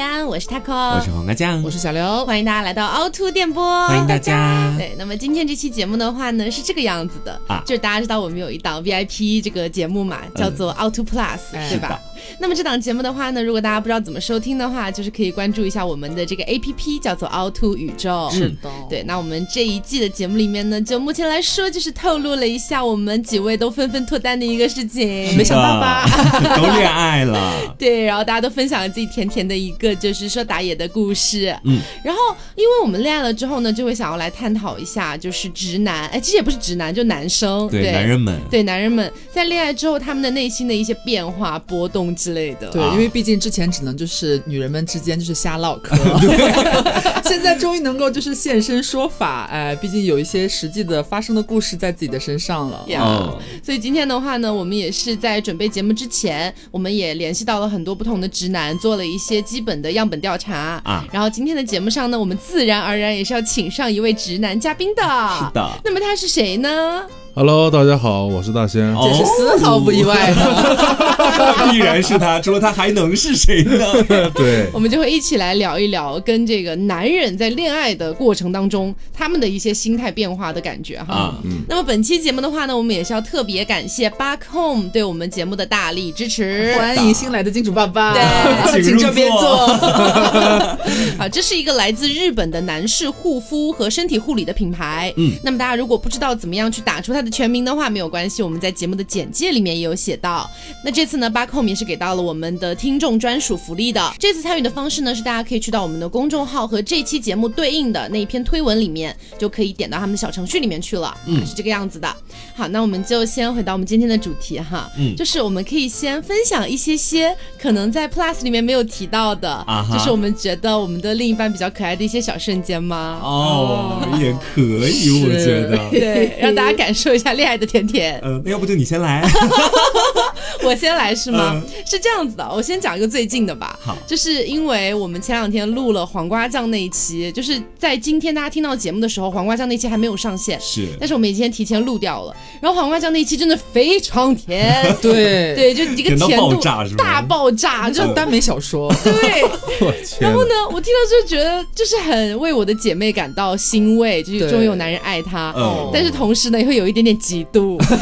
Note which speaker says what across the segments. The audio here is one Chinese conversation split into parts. Speaker 1: 安，我是 taco，
Speaker 2: 我是黄瓜酱
Speaker 3: 我，是小刘，
Speaker 1: 欢迎大家来到凹凸电波，
Speaker 2: 欢迎大家。
Speaker 1: 对，那么今天这期节目的话呢，是这个样子的，
Speaker 2: 啊
Speaker 1: 就是大家知道我们有一档 VIP 这个节目嘛，叫做 Out to Plus，、
Speaker 3: 哎
Speaker 1: 对吧？那么这档节目的话呢，如果大家不知道怎么收听的话，就是可以关注一下我们的这个 APP，叫做凹凸宇宙。嗯
Speaker 3: 是的，
Speaker 1: 对，那我们这一季的节目里面呢，就目前来说，就是透露了一下我们几位都纷纷脱单的一个事情。
Speaker 3: 没想到吧
Speaker 2: 吧？ 都恋爱 了，
Speaker 1: 对，然后大家都分享了自己甜甜的一个就是说打野的故事，
Speaker 2: 嗯，
Speaker 1: 然后因为我们恋爱了之后呢，就会想要来探讨一下，就是直男，哎，其实也不是直男，就男生，对，
Speaker 2: 对男人们，
Speaker 1: 对男人们在恋爱之后他们的内心的一些变化、波动之类的，
Speaker 3: 对，
Speaker 2: 啊
Speaker 3: 因为毕竟之前只能就是女人们之间就是瞎唠嗑， 现在终于能够就是现身说法，哎，毕竟有一些实际的发生的故事在自己的身上了。
Speaker 1: 呀
Speaker 2: 哦，
Speaker 1: 所以今天的话呢，我们也是在准备节目之前，我们也联系到了很多不同的直男，做了一些基本的样本调查
Speaker 2: 啊
Speaker 1: 然后今天的节目上呢，我们自然而然也是要请上一位直男嘉宾的。
Speaker 3: 啊
Speaker 2: 是的，
Speaker 1: 那么他是谁呢？
Speaker 4: Hello，大家好，我是大仙。
Speaker 2: 哦
Speaker 3: 这是 丝毫不意外
Speaker 1: 哦
Speaker 3: 的，
Speaker 2: 必然是他，除了他还能是谁 呢？
Speaker 4: 对，
Speaker 1: 我们就会一起来聊一聊跟这个男人在恋爱的过程当中，他们的一些心态变化的感觉哈。
Speaker 2: 啊，
Speaker 1: 那么本期节目的话呢，我们也是要特别感谢 Back Home 对我们节目的大力支持。
Speaker 3: 欢迎新来的金主爸爸，
Speaker 2: 对
Speaker 3: 请这边
Speaker 2: 请入
Speaker 3: 坐。
Speaker 1: 啊，这是一个来自日本的男士护肤和身体护理的品牌。
Speaker 2: 嗯，
Speaker 1: 那么大家如果不知道怎么样去打出它的全名的话，没有关系，我们在节目的简介里面也有写到。那这次呢，Back Home 也是给到了我们的听众专属福利的。这次参与的方式呢，是大家可以去到我们的公众号和这期节目对应的那一篇推文里面，就可以点到他们的小程序里面去了。嗯，是这个样子的。好，那我们就先回到我们今天的主题哈，
Speaker 2: 嗯
Speaker 1: 就是我们可以先分享一些些可能在 Plus 里面没有提到的，
Speaker 2: 啊哈
Speaker 1: 就是我们觉得我们的另一半比较可爱的一些小瞬间吗？
Speaker 2: 哦，也可以，
Speaker 3: 是
Speaker 2: 我觉得。
Speaker 1: 对，让大家感受一下恋爱的甜 甜。
Speaker 2: 嗯，那要不就你先 来，
Speaker 1: 我先来是吗？
Speaker 2: 嗯
Speaker 1: 是这样子的，我先讲一个最近的吧。
Speaker 2: 好
Speaker 1: 就是因为我们前两天录了黄瓜酱那一期，就是在今天大家听到节目的时候，黄瓜酱那期还没有上线，
Speaker 2: 是
Speaker 1: 但是我们已经提前录掉了。然后黄瓜酱那一期真的非常甜，
Speaker 3: 对，
Speaker 1: 对，就一个
Speaker 2: 甜到
Speaker 1: 甜
Speaker 2: 爆
Speaker 1: 度
Speaker 2: 炸是吗
Speaker 1: 大爆 炸，就
Speaker 3: 这耽美小说，
Speaker 1: 对。
Speaker 4: 我天
Speaker 1: 然
Speaker 4: 哪
Speaker 1: 后呢，我听到就觉得就是很为我的姐妹感到欣慰，就是
Speaker 3: 对
Speaker 1: 终于有男人爱她。
Speaker 2: 嗯
Speaker 1: 但是同时呢，也会有一点点嫉 妒， 就是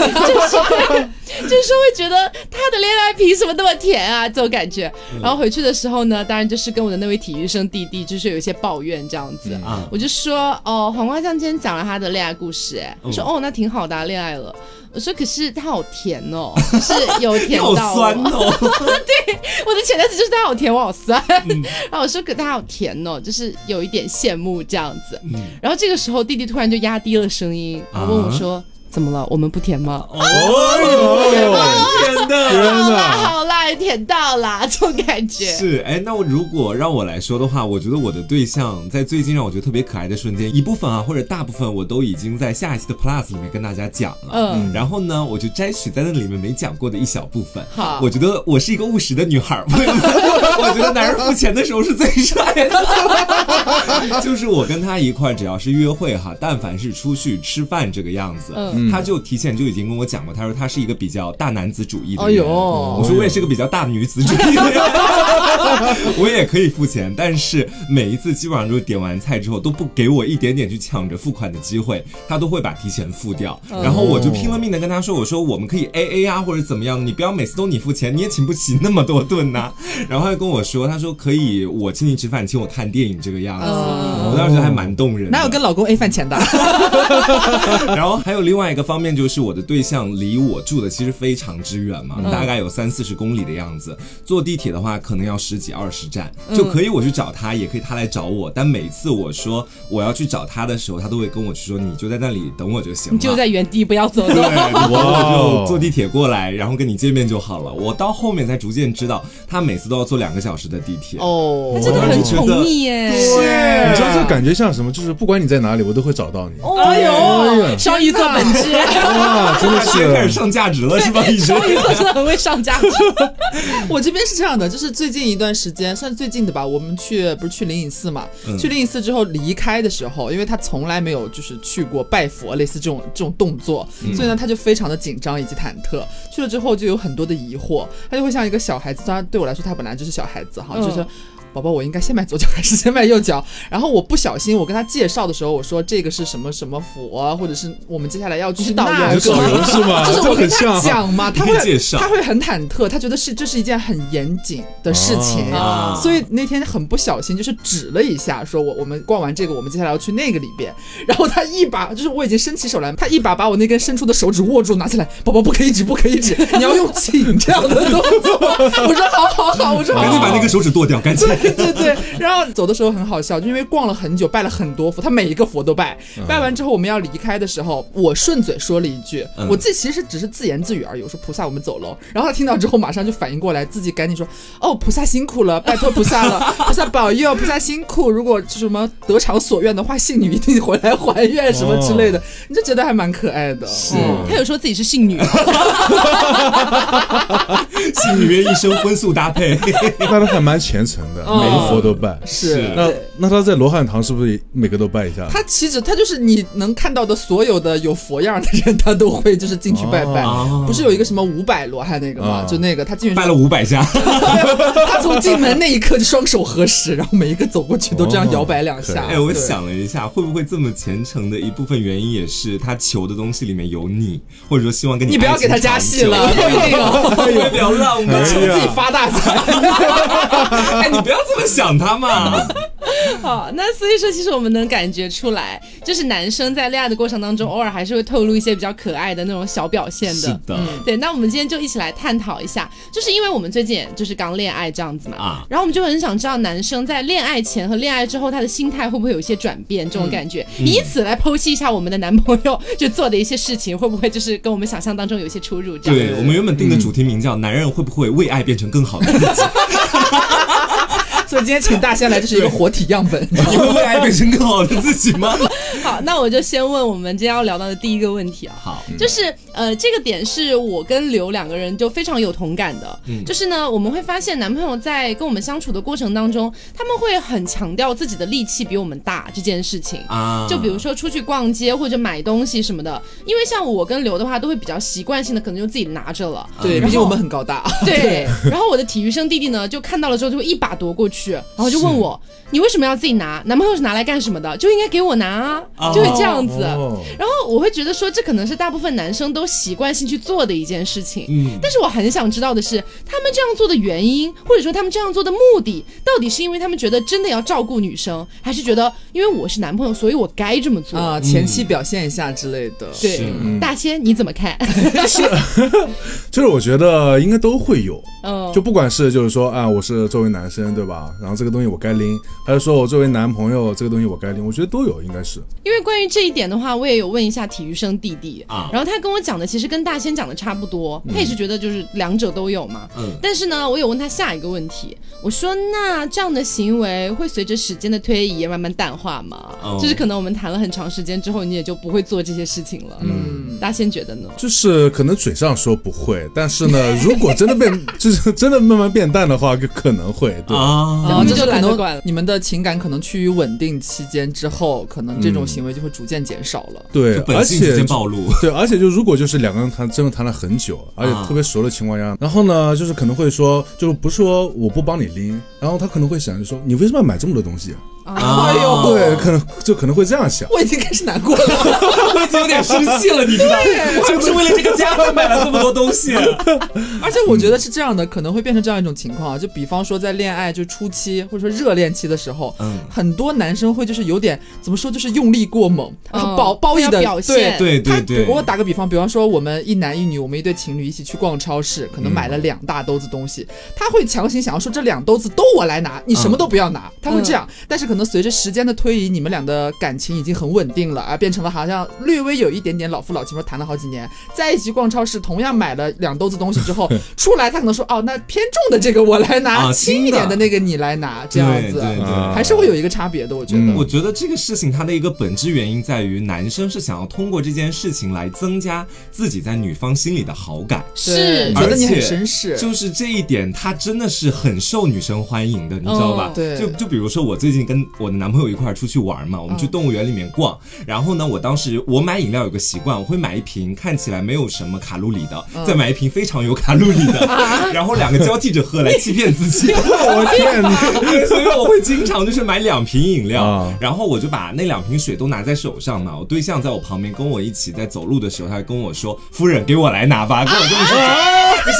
Speaker 1: 就是会觉得她的恋爱凭什么那么甜啊这种感觉。
Speaker 2: 嗯
Speaker 1: 然后回去的时候呢，当然就是跟我的那位体育生弟弟，就是有一些抱怨这样子。
Speaker 2: 啊，
Speaker 1: 我就说哦，黄瓜酱今天讲了她的恋爱故事，哎，
Speaker 2: 嗯
Speaker 1: 说哦那挺好的、啊，恋爱了。我说可是她好甜 哦，就是有
Speaker 2: 你
Speaker 1: 甜到
Speaker 2: 好
Speaker 1: 我。
Speaker 2: 酸 哦，
Speaker 1: 我的潜台词就是他好甜，我好酸。 然后我说可他好甜哦，就是有一点羡慕这样子。
Speaker 2: 嗯
Speaker 1: 然后这个时候弟弟突然就压低了声音，
Speaker 2: 啊
Speaker 1: 问我说。怎么了？我们不甜吗？
Speaker 2: 哦哟，天
Speaker 4: 哎天
Speaker 2: 哪！
Speaker 1: 好啦
Speaker 4: 哪，
Speaker 1: 好啦，也甜到啦，这种感觉。
Speaker 2: 是，哎，那我如果让我来说的话，我觉得我的对象在最近让我觉得特别可爱的瞬间，一部分啊，或者大部分我都已经在下一期的 Plus 里面跟大家讲了。
Speaker 1: 嗯
Speaker 2: 然后呢，我就摘取在那里面没讲过的一小部分。
Speaker 1: 好
Speaker 2: 我觉得我是一个务实的女孩儿， 我我觉得男人付钱的时 候是最帅的。就是我跟他一块儿，只要是约会哈，但凡是出去吃饭这个样子，
Speaker 1: 嗯
Speaker 2: 他就提前就已经跟我讲过，他说他是一个比较大男子主义的
Speaker 3: 哎
Speaker 2: 人。
Speaker 3: 呦
Speaker 2: 我说我也是个比较大女子主义的人， 我也可以付钱，但是每一次基本上就是点完菜之后都不给我一点点去抢着付款的机会，他都会把提前付掉。
Speaker 3: 哦
Speaker 2: 然后我就拼了命的跟他说，我说我们可以 A A 啊或者怎么样，你不要每次都你付钱，你也请不起那么多顿呐、啊 然后他就跟我说，他说可以我请你吃饭，请我看电影这个样子，我当时觉得还蛮动人的。
Speaker 3: 哦嗯哪有跟老公 A 饭钱的？
Speaker 2: 然后还有另外一个方面，就是我的对象离我住的其实非常之远嘛，大概有三四十公里的样子。坐地铁的话，可能要十几二十站，就可以我去找他，也可以他来找我。但每次我说我要去找他的时候，他都会跟我去说：“你就在那里等我就行了。”
Speaker 1: 你就在原地不要走
Speaker 2: 对，
Speaker 1: 动。
Speaker 2: 我
Speaker 4: 哇
Speaker 2: 就坐地铁过来，然后跟你见面就好了。我到后面才逐渐知道，他每次都要坐两个小时的地铁。
Speaker 3: 哦
Speaker 1: 他真的很宠溺
Speaker 2: 对
Speaker 1: 耶，
Speaker 2: 哎
Speaker 4: 你知道这感觉像什么？就是不管你在哪里，我都会找到你。
Speaker 2: 哦
Speaker 3: 哎呦，
Speaker 1: 哦双鱼座本质，
Speaker 4: 哇，真的
Speaker 2: 他现在开始
Speaker 4: 是，
Speaker 2: 上价值了是吧？已经
Speaker 1: 双鱼座真的很会上价值。
Speaker 3: 我这边是这样的，就是最近一段时间，算是最近的吧。我们去不是去灵隐寺嘛？
Speaker 4: 嗯
Speaker 3: 去灵隐寺之后离开的时候，因为他从来没有就是去过拜佛类似这种这种动作，
Speaker 4: 嗯
Speaker 3: 所以呢他就非常的紧张以及忐忑。去了之后就有很多的疑惑，他就会像一个小孩子。当然对我来说，他本来就是小孩子哈，
Speaker 1: 嗯
Speaker 3: 就是。宝宝，我应该先买左脚还是先买右脚？然后我不小心，我跟他介绍的时候，我说这个是什么什么符啊，或者是我们接下来要去
Speaker 1: 导
Speaker 3: 那
Speaker 1: 游
Speaker 4: 你
Speaker 3: 个
Speaker 4: 是导游是 吗？
Speaker 3: 就是
Speaker 4: 这
Speaker 3: 我跟
Speaker 4: 很
Speaker 3: 他
Speaker 4: 像哈。
Speaker 3: 讲嘛，他
Speaker 2: 你
Speaker 3: 会
Speaker 2: 可以介绍
Speaker 3: 他会很忐忑，他觉得是这是一件很严谨的事情，
Speaker 2: 啊
Speaker 3: 所以那天很不小心就是指了一下，说我我们逛完这个，我们接下来要去那个里边，然后他一把就是我已经伸起手来，他一把把我那根伸出的手指握住，拿起来，宝宝不可以指，不可以指，你要用请这样的动作，我说好好好，我说好
Speaker 2: 赶哎
Speaker 3: 好
Speaker 2: 紧把
Speaker 3: 好
Speaker 2: 那个手指剁掉，赶紧。
Speaker 3: 对对对，然后走的时候很好笑，就因为逛了很久，拜了很多佛，他每一个佛都拜。
Speaker 2: 嗯
Speaker 3: 拜完之后，我们要离开的时候，我顺嘴说了一句，
Speaker 2: 嗯
Speaker 3: 我自己其实只是自言自语而已，我说菩萨，我们走喽。然后他听到之后，马上就反应过来，自己赶紧说，哦，菩萨辛苦了，拜托菩萨了， 菩萨保佑，菩萨辛苦。如果什么得偿所愿的话，信女一定回来还愿什么之类
Speaker 2: 哦
Speaker 3: 的，你就觉得还蛮可爱的。嗯是
Speaker 1: 哦他有说自己是信女，
Speaker 2: 信里面一身荤素搭配，
Speaker 4: 那他还蛮虔诚的，
Speaker 3: 哦
Speaker 4: 每个佛都拜。
Speaker 2: 是
Speaker 4: 那那他在罗汉堂是不是也每个都拜一下？
Speaker 3: 他岂止他就是你能看到的所有的有佛样的人，他都会就是进去拜拜。
Speaker 2: 哦啊
Speaker 3: 不是有一个什么五百罗汉那个吗？
Speaker 4: 哦
Speaker 3: 就那个他 进去
Speaker 2: 拜了五百下，
Speaker 3: 他从进门那一刻就双手合十，然后每一个走过去都这样摇摆两下。
Speaker 4: 哦
Speaker 2: 哎，我
Speaker 3: 对
Speaker 2: 想了一下，会不会这么虔诚的一部分原因也是他求的东西里面有你，或者说希望跟
Speaker 3: 你不要给他加戏了，
Speaker 2: 爱
Speaker 3: 不一定
Speaker 2: 情长久，会
Speaker 3: 哦。
Speaker 2: 不要让
Speaker 4: 哎
Speaker 2: 我
Speaker 4: 呀
Speaker 3: 求自己发大财，
Speaker 2: 哎，你不要这么想他嘛。
Speaker 1: 好，那所以说，其实我们能感觉出来，就是男生在恋爱的过程当中，偶尔还是会透露一些比较可爱的那种小表现
Speaker 2: 是
Speaker 1: 的。
Speaker 2: 的，
Speaker 1: 对，那我们今天就一起来探讨一下，就是因为我们最近也就是刚恋爱这样子嘛，
Speaker 2: 啊
Speaker 1: 然后我们就很想知道男生在恋爱前和恋爱之后他的心态会不会有一些转变，这种
Speaker 2: 嗯
Speaker 1: 感觉，以此来剖析一下我们的男朋友就做的一些事情会不会就是跟我们想象当中有一些出入这样。
Speaker 2: 对我们原本定的主题名叫“男人会不会为爱变成更好的自 己
Speaker 3: 所以今天请大仙来就是一个活体 样本。”？
Speaker 2: 你会为爱变成更好的自己 吗？
Speaker 1: 好，那我就先问我们今天要聊到的第一个问题啊，
Speaker 2: 好，
Speaker 1: 就是呃，这个点是我跟刘两个人就非常有同感的，
Speaker 2: 嗯
Speaker 1: 就是呢，我们会发现男朋友在跟我们相处的过程当中，他们会很强调自己的力气比我们大这件事情。
Speaker 2: 啊，
Speaker 1: 就比如说出去逛街或者买东西什么的，因为像我跟刘的话，都会比较习惯性的可能就自己拿着了。
Speaker 3: 对，
Speaker 1: 然后
Speaker 3: 毕竟我们很高大。
Speaker 1: 对，然后我的体育生弟弟呢，就看到了之后就会一把夺过去，然后就问我，你为什么要自己拿？男朋友是拿来干什么的？就应该给我拿啊，就会这样子。
Speaker 4: 哦
Speaker 1: 然后我会觉得说，这可能是大部分男生都习惯性去做的一件事情。
Speaker 2: 嗯，
Speaker 1: 但是我很想知道的是，他们这样做的原因，或者说他们这样做的目的，到底是因为他们觉得真的要照顾女生，还是觉得因为我是男朋友，所以我该这么做？
Speaker 2: 嗯
Speaker 3: 啊，前期表现一下之类的，
Speaker 1: 对，大仙你怎么 看？
Speaker 4: 就是我觉得应该都会有，
Speaker 2: 哦
Speaker 1: 嗯，
Speaker 4: 就不管是就是说啊，我是作为男生对吧？然后这个东西我该拎，还是说我作为男朋友这个东西我该拎，我觉得都有，应该是。
Speaker 1: 因为关于这一点的话，我也有问一下体育生弟弟
Speaker 2: 啊
Speaker 1: 然后他跟我讲的其实跟大仙讲的差不多，他也是觉得就是两者都有嘛。
Speaker 2: 嗯
Speaker 1: 但是呢，我有问他下一个问题，我说那这样的行为会随着时间的推移慢慢淡化吗？
Speaker 2: 哦
Speaker 1: 就是可能我们谈了很长时间之后，你也就不会做这些事情了。嗯，大仙觉得呢？
Speaker 4: 就是可能嘴上说不会，但是呢， 如果真的变，就是真的慢慢变淡的话，可可能会对。
Speaker 2: 啊，
Speaker 3: 然
Speaker 1: 然
Speaker 3: 后
Speaker 1: 后
Speaker 3: 就是
Speaker 1: 哦就
Speaker 3: 可
Speaker 1: 懒得管
Speaker 3: 能
Speaker 1: 了
Speaker 3: 你们的情感可能趋于稳定期间之后，可能
Speaker 2: 嗯
Speaker 3: 这种行为就会逐渐减少了。
Speaker 4: 对
Speaker 2: 就，
Speaker 4: 而
Speaker 2: 本性
Speaker 4: 且
Speaker 2: 逐渐暴露。啊
Speaker 4: 对，而且就如果就是两个人谈真的谈了很久，而且特别熟的情况下，然后呢，就是可能会说，就是不是说我不帮你拎，然后他可能会想就说，你为什么要买这么多东西？啊
Speaker 2: 哎呦
Speaker 4: 对，可能就可能会这 样想。
Speaker 3: 我已经开始难过 了，
Speaker 2: 我已经有点生气了，你知道吗？我还不是为了这个家才买了这么多东西。
Speaker 3: 而且我觉得是这样的，可能会变成这样一种情况啊，就比方说在恋爱就初期或者说热恋期的时候，
Speaker 2: 嗯
Speaker 3: 很多男生会就是有点怎么说，就是用力过猛，然后褒褒义
Speaker 1: 非常
Speaker 3: 的
Speaker 1: 嗯表现
Speaker 3: 对。
Speaker 2: 对对
Speaker 3: 他
Speaker 2: 对，
Speaker 3: 我打个比方，比方说我们一男一女，我们一对情侣一起去逛超市，可能买
Speaker 2: 嗯
Speaker 3: 了两大兜子东西，他会强行想要说这两兜子都我来拿，你什
Speaker 2: 嗯
Speaker 3: 么都不要拿，他会这样。但是可能随着时间的推移，你们俩的感情已经很稳定了啊，变成了好像略微有一点点老夫老妻，说谈了好几年，在一起逛超市，同样买了两兜子东西 之后，出来他可能说哦，那偏重的这个我来拿，
Speaker 2: 啊
Speaker 3: 轻一
Speaker 2: 轻的
Speaker 3: 点的那个你来拿，这样子
Speaker 2: 对对对
Speaker 4: 啊
Speaker 3: 还是会有一个差别的，我觉得。
Speaker 4: 嗯
Speaker 2: 我觉得这个事情它的一个本质原因在于，男生是想要通过这件事情来增加自己在女方心里的好感。
Speaker 1: 是
Speaker 3: 对觉
Speaker 2: 而
Speaker 3: 得你很
Speaker 2: 且
Speaker 3: 绅士
Speaker 2: 就是这一点，他真的是很受女生欢迎的，你知道吧？
Speaker 1: 嗯
Speaker 3: 对
Speaker 2: 就就比如说我最近跟我的男朋友一块儿出去玩嘛，我们去动物园里面逛。然后呢，我当时我买饮料有个习惯，我会买一瓶看起来没有什么卡路里的，再买一瓶非常有卡路里的，然后两个交替着喝来欺骗自己。
Speaker 4: 我天，你
Speaker 2: 对， 所以我会经常就是买两瓶饮料，
Speaker 4: 啊
Speaker 2: 然后我就把那两瓶水都拿在手上嘛。我对象在我旁边跟我一起在走路的时候，他还跟我说：“夫人，给我来拿吧。”跟我这么说，就是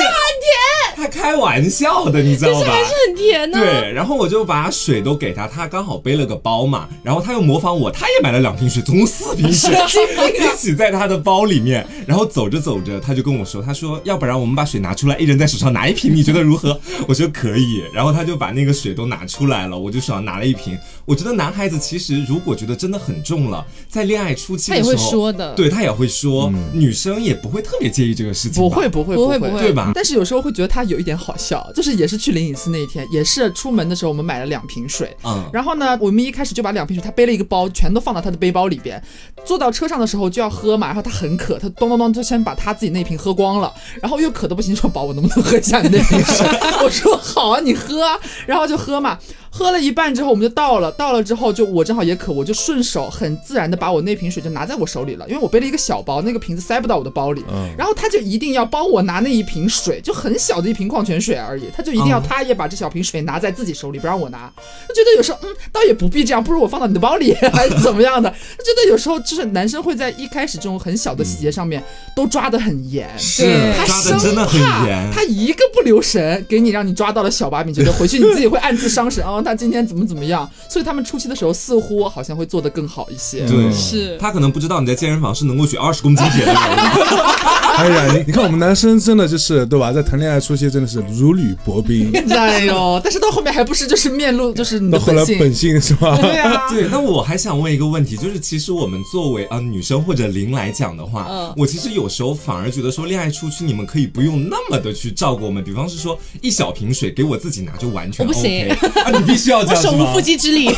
Speaker 2: 他开玩笑的，你知道
Speaker 1: 这
Speaker 2: 吧
Speaker 1: 还？是很甜呢、
Speaker 2: 对，然后我就把水都给他，他刚好背了个包嘛，然后他又模仿我，他也买了两瓶水，总共四瓶水 一起在他的包里面。然后走着走着，他就跟我说，他说要不然我们把水拿出来，一人在手上拿一瓶，你觉得如何？ 我觉得可以。然后他就把那个水都拿出来了，我就手上拿了一瓶。我觉得男孩子其实如果觉得真的很重了，在恋爱初期
Speaker 1: 他
Speaker 2: 的
Speaker 1: 也
Speaker 2: 时候，
Speaker 1: 会说的
Speaker 2: 对他也会说，女生也不会特别介意这个事情，
Speaker 3: 不会。不会
Speaker 1: 不会
Speaker 3: 会
Speaker 1: 不会
Speaker 2: 对吧
Speaker 3: 但是有时候会觉得他有一点好笑，就是也是去灵隐寺那一天，也是出门的时候我们买了两瓶水，
Speaker 2: 嗯
Speaker 3: 然后呢，我们一开始就把两瓶水，他背了一个包，全都放到他的背包里边。坐到车上的时候就要喝嘛，然后他很渴，他咚咚咚就先把他自己那瓶喝光了，然后又渴的不行，说宝，我能不能喝一下你那瓶水？ 我说好啊，你喝啊，然后就喝嘛。喝了一半之后，我们就到了，到了之后就我正好也渴，我就顺手很自然的把我那瓶水就拿在我手里了，因为我背了一个小包，那个瓶子塞不到我的包里。
Speaker 4: 嗯
Speaker 3: 然后他就一定要帮我拿那一瓶水，就很小的一瓶矿泉水而已，他就一定要
Speaker 2: 嗯
Speaker 3: 他也把这小瓶水拿在自己手里，不让我拿。就觉得有时候，嗯，倒也不必这样，不如我放到你的包里 还是怎么样的？就觉得有时候就是男生会在一开始这种很小的细节上面都抓得很严。
Speaker 1: 对
Speaker 2: 是
Speaker 3: 他
Speaker 2: 抓
Speaker 3: 生
Speaker 2: 的真的很
Speaker 3: 怕
Speaker 2: 严，
Speaker 3: 他一个不留神给你让你抓到了小把柄，觉得回去你自己会暗自伤 神哦，他今天怎么怎么样？所以他们初期的时候似乎好像会做得更好一些。
Speaker 2: 对，
Speaker 1: 是
Speaker 2: 他可能不知道你在健身房是能够举二十公斤 铁的人，
Speaker 4: 哎呀，你你看我们男生真的就是对吧，在谈恋爱初期真的是如履薄 冰，
Speaker 3: 哎呦，但是到后面还不是就是面露就是你
Speaker 4: 到
Speaker 3: 的
Speaker 4: 后来
Speaker 3: 性。
Speaker 4: 本性是吧？
Speaker 3: 对啊，
Speaker 2: 对，那我还想问一个问题，就是其实我们作为啊、呃女生或者零来讲的话，
Speaker 1: 嗯
Speaker 2: 我其实有时候反而觉得说恋爱初期你们可以不用那么的去照顾我们，比方是说一小瓶水给我自己拿就完全
Speaker 1: 我不
Speaker 2: OK，
Speaker 1: 行
Speaker 2: 啊，你必须要这
Speaker 1: 我
Speaker 2: 样
Speaker 1: 手
Speaker 2: 是
Speaker 1: 无
Speaker 2: 吗
Speaker 1: 缚？鸡之 力。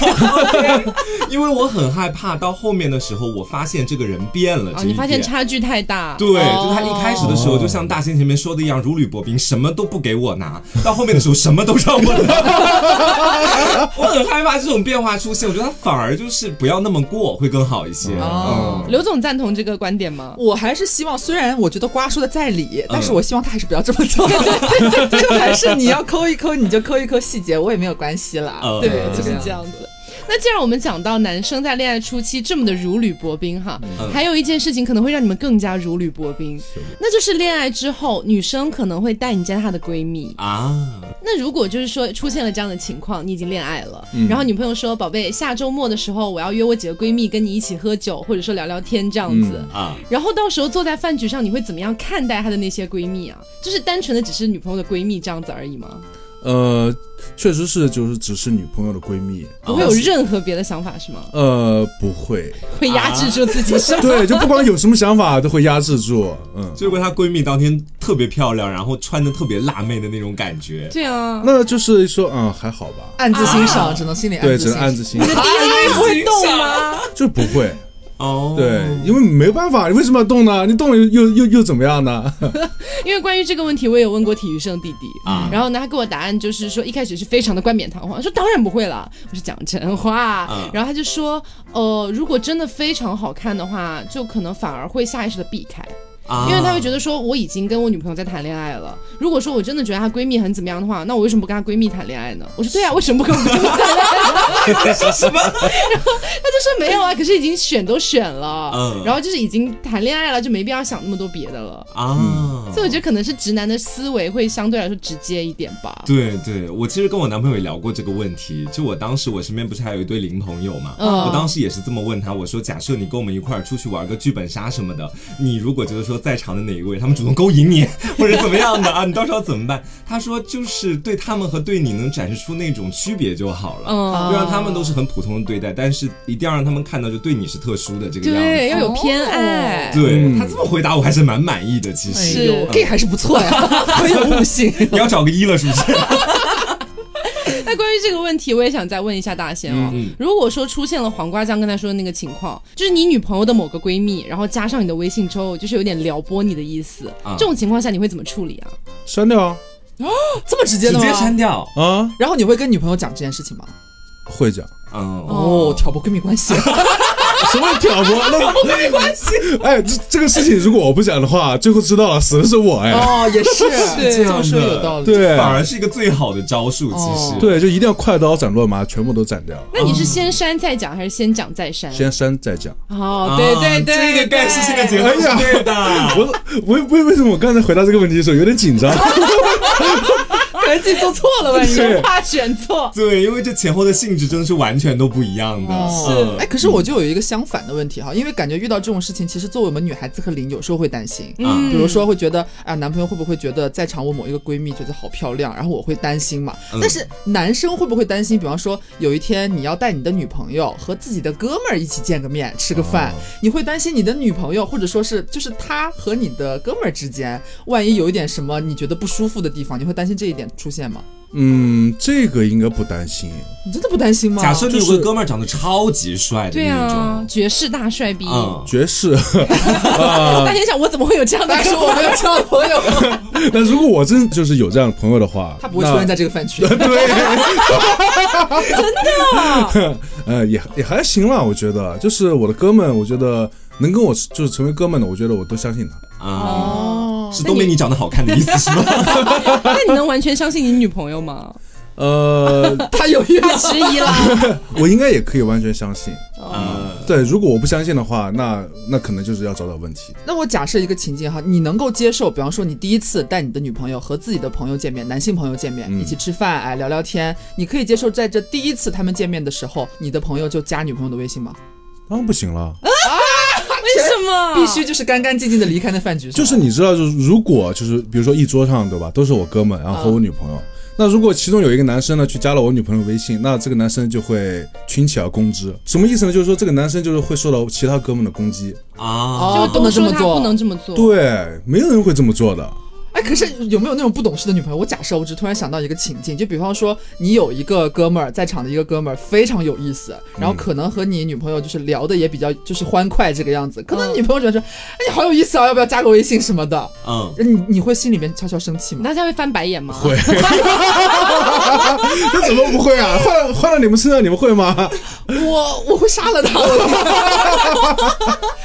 Speaker 2: 因为我很害怕到后面的时候，我发现这个人变了，
Speaker 1: 哦，
Speaker 2: 这一
Speaker 1: 你发现
Speaker 2: 点
Speaker 1: 差距太大。哦
Speaker 2: 对，就他一开始的时候，就像大仙前面说的一样，如履薄冰，什么都不给我拿；到后面的时候，什么都让我拿。我很害怕这种变化出现，我觉得他反而就是不要那么过，会更好一些。
Speaker 3: 哦
Speaker 2: 嗯，
Speaker 1: 刘总赞同这个观点吗？
Speaker 3: 我还是希望，虽然我觉得瓜说的在理，但
Speaker 4: 嗯
Speaker 3: 是我希望他还是不要这么做。 对对对，就还是你要抠一抠，你就抠一抠细节，我也没有关系啦。
Speaker 2: 嗯
Speaker 1: 对，
Speaker 2: 嗯
Speaker 1: 就是这样子。那既然我们讲到男生在恋爱初期这么的如履薄冰哈，还有一件事情可能会让你们更加如履薄冰，那就是恋爱之后，女生可能会带你见她的闺蜜。
Speaker 2: 啊，
Speaker 1: 那如果就是说出现了这样的情况，你已经恋爱了，然后女朋友说：“宝贝，下周末的时候我要约我几个闺蜜跟你一起喝酒，或者说聊聊天这样子。
Speaker 2: 啊，
Speaker 1: 然后到时候坐在饭局上，你会怎么样看待她的那些闺蜜啊？就是单纯的只是女朋友的闺蜜这样子而已吗？
Speaker 4: 呃，确实是就是只是女朋友的闺蜜，啊
Speaker 1: 不会有任何别的想法是吗？
Speaker 4: 呃，不会，
Speaker 1: 会压制住 自己是吗？
Speaker 4: 对，就不管有什么想法都会压制住，嗯。
Speaker 2: 就如果她闺蜜当天特别漂亮，然后穿的特别辣妹的那种感觉，
Speaker 1: 对啊，
Speaker 4: 那就是说，嗯，还好吧，
Speaker 3: 暗自欣赏，只能心里
Speaker 4: 对，
Speaker 3: 暗
Speaker 4: 只
Speaker 3: 自
Speaker 4: 能
Speaker 3: 欣
Speaker 4: 暗
Speaker 3: 赏。
Speaker 4: 自欣
Speaker 1: 你
Speaker 4: 赏，
Speaker 1: 的 DNA 不会动吗？
Speaker 4: 就不会，
Speaker 2: 哦，
Speaker 4: 对，因为没办法，你为什么要动呢？你动了又又又怎么样呢？
Speaker 1: 因为关于这个问题，我也问过体育生弟弟
Speaker 2: 啊
Speaker 1: 然后呢，他给我答案就是说，一开始是非常的冠冕堂皇，说当然不会了，我说讲真话，
Speaker 2: 啊
Speaker 1: 然后他就说，呃，如果真的非常好看的话，就可能反而会下意识的避开，
Speaker 2: 啊，
Speaker 1: 因为他会觉得说我已经跟我女朋友在谈恋爱了，如果说我真的觉得她闺蜜很怎么样的话，那我为什么不跟她闺蜜谈恋爱呢？我说对啊，为什么不跟我闺蜜谈恋爱？
Speaker 2: 得说什么？
Speaker 1: 他就说没有啊，可是已经选都选了，
Speaker 2: 嗯
Speaker 1: 然后就是已经谈恋爱了，就没必要想那么多别的了。
Speaker 2: 啊，
Speaker 1: 所以我觉得可能是直男的思维会相对来说直接一点吧。
Speaker 2: 对对，我其实跟我男朋友也聊过这个问题。就我当时，我身边不是还有一对零朋友嘛，
Speaker 1: 嗯
Speaker 2: 我当时也是这么问他，我说假设你跟我们一块儿出去玩个剧本杀什么的，你如果觉得说在场的哪一位他们主动勾引你 或者怎么样的啊， 你到时候怎么办？他说就是对他们和对你能展示出那种区别就好了。
Speaker 1: 嗯，
Speaker 2: 就让他们都是很普通的对待，但是一定要让他们看到，就对你是特殊的这哦个样
Speaker 1: 对，
Speaker 2: 子。
Speaker 1: 要有偏爱。
Speaker 2: 对、
Speaker 4: 嗯
Speaker 2: 他这么回答，我还是蛮满意的。其实，
Speaker 1: 是
Speaker 3: 哎呦嗯 gay 还是不错呀，很有悟性。
Speaker 2: 你要找个一了是不是？
Speaker 1: 那关于这个问题，我也想再问一下大仙哦。
Speaker 2: 嗯嗯
Speaker 1: 如果说出现了黄瓜酱跟他说的那个情况，就是你女朋友的某个闺蜜，然后加上你的微信之后，就是有点撩拨你的意思，
Speaker 2: 啊
Speaker 1: 这种情况下你会怎么处理啊？
Speaker 4: 删掉啊
Speaker 3: 这么直接
Speaker 2: 直
Speaker 3: 的
Speaker 2: 接
Speaker 3: 吗
Speaker 2: 删？掉。
Speaker 4: 啊，
Speaker 3: 然后你会跟女朋友讲这件事情吗？
Speaker 4: 会讲，
Speaker 2: 嗯，
Speaker 3: 哦，挑拨闺蜜关系，
Speaker 4: 什么挑拨？那挑拨没关系。哎，这这个事情如果我不讲的话，最后知道了死的是我哎。
Speaker 3: 哦，也是，
Speaker 2: 对
Speaker 3: 这么说有道理。啊
Speaker 4: 对
Speaker 2: 反而是一个最好的招数，其
Speaker 3: 哦
Speaker 2: 实。
Speaker 4: 对，就一定要快刀斩乱麻，全部都斩掉，
Speaker 1: 那你是先删再讲，还是先讲再删？
Speaker 4: 先删再讲。
Speaker 1: 哦
Speaker 2: 啊，
Speaker 1: 对对对，
Speaker 2: 这
Speaker 1: 对
Speaker 2: 个干事情的结论是
Speaker 4: 哎呀
Speaker 2: 对的。
Speaker 4: 我我我为什么我刚才回答这个问题的时候有点 紧张？
Speaker 1: 可能自己做错了 吧？你
Speaker 4: 对
Speaker 1: 生怕选错。
Speaker 2: 对，因为这前后的性质真的是完全都不一样的。
Speaker 3: 哦
Speaker 2: 嗯
Speaker 3: 哎，可是我就有一个相反的问题哈，因为感觉遇到这种事情，其实作为我们女孩子和林，有时候会担心，
Speaker 2: 嗯
Speaker 3: 比如说会觉得，啊，男朋友会不会觉得在场我某一个闺蜜觉得好漂亮，然后我会担心嘛？
Speaker 2: 嗯
Speaker 3: 但是男生会不会担心？比方说有一天你要带你的女朋友和自己的哥们儿一起见个面吃个
Speaker 2: 哦
Speaker 3: 饭，你会担心你的女朋友或者说是就是他和你的哥们儿之间，万一有一点什么你觉得不舒服的地方，你会担心这一点出现吗？
Speaker 4: 嗯，这个应该不担心。
Speaker 3: 你真的不担心吗？
Speaker 2: 假设你有
Speaker 4: 就
Speaker 2: 个
Speaker 4: 是
Speaker 2: 哥们儿长得超级帅的
Speaker 1: 对
Speaker 2: 那
Speaker 1: 啊
Speaker 2: 种，，
Speaker 1: 绝世大帅逼。
Speaker 2: 嗯，
Speaker 4: 爵士，
Speaker 1: 大家想，我怎么会有这样的
Speaker 2: 啊
Speaker 3: 但是
Speaker 1: 生
Speaker 3: 我
Speaker 1: 活？
Speaker 3: 没有这样的朋友，
Speaker 4: 那如果我真就是有这样的朋友的话，
Speaker 3: 他不会出现
Speaker 4: 那
Speaker 3: 在这个饭区。
Speaker 4: 对，
Speaker 3: 啊
Speaker 4: 真的， 呃，也也还行啦，我觉得，就是我的哥们，我觉得能跟我就是成为哥们的，我觉得我都相信他。
Speaker 2: 啊，
Speaker 1: 哦
Speaker 2: 是都没你长得好看的意思是吗？
Speaker 1: 那你能完全相信你女朋友 吗？
Speaker 4: 呃，
Speaker 3: 他有豫
Speaker 1: 他迟疑了。
Speaker 4: 我应该也可以完全相信。
Speaker 2: 嗯，
Speaker 4: 对，如果我不相信的话，那那可能就是要找找问题。
Speaker 3: 那我假设一个情境哈，你能够接受，比方说你第一次带你的女朋友和自己的朋友见面，男性朋友见面，
Speaker 4: 嗯
Speaker 3: 一起吃饭，哎，聊聊天，你可以接受在这第一次他们见面的时候，你的朋友就加女朋友的微信吗？
Speaker 4: 当然不行了，
Speaker 1: 为什么？
Speaker 3: 必须就是干干净净的离开那饭局，
Speaker 4: 就是你知道，就是如果就是比如说一桌上对吧，都是我哥们，然后和我女朋友。
Speaker 2: 嗯
Speaker 4: 那如果其中有一个男生呢去加了我女朋友微信，那这个男生就会群起而攻之。什么意思呢？就是说这个男生就是会受到其他哥们的攻击。
Speaker 2: 啊，
Speaker 1: 就
Speaker 3: 哦，
Speaker 1: 都
Speaker 3: 这
Speaker 1: 说
Speaker 3: 么
Speaker 1: 他
Speaker 3: 做，
Speaker 1: 不能。这么做。
Speaker 4: 对，没有人会这么做的。
Speaker 3: 哎，可是有没有那种不懂事的女朋友？我假设，我只突然想到一个情境，就比方说你有一个哥们儿在场的一个哥们儿非常有意思，
Speaker 4: 嗯
Speaker 3: 然后可能和你女朋友就是聊的也比较就是欢快这个样子，可能
Speaker 1: 嗯
Speaker 3: 你女朋友觉得说，哎，你好有意思啊，要不要加个微信什么的？
Speaker 2: 嗯，
Speaker 3: 你你会心里面悄悄生气吗？
Speaker 1: 大家会翻白眼吗？
Speaker 4: 会，那怎么不会啊？换到换到你们身上，你们会 吗？
Speaker 3: 我我会杀了他！我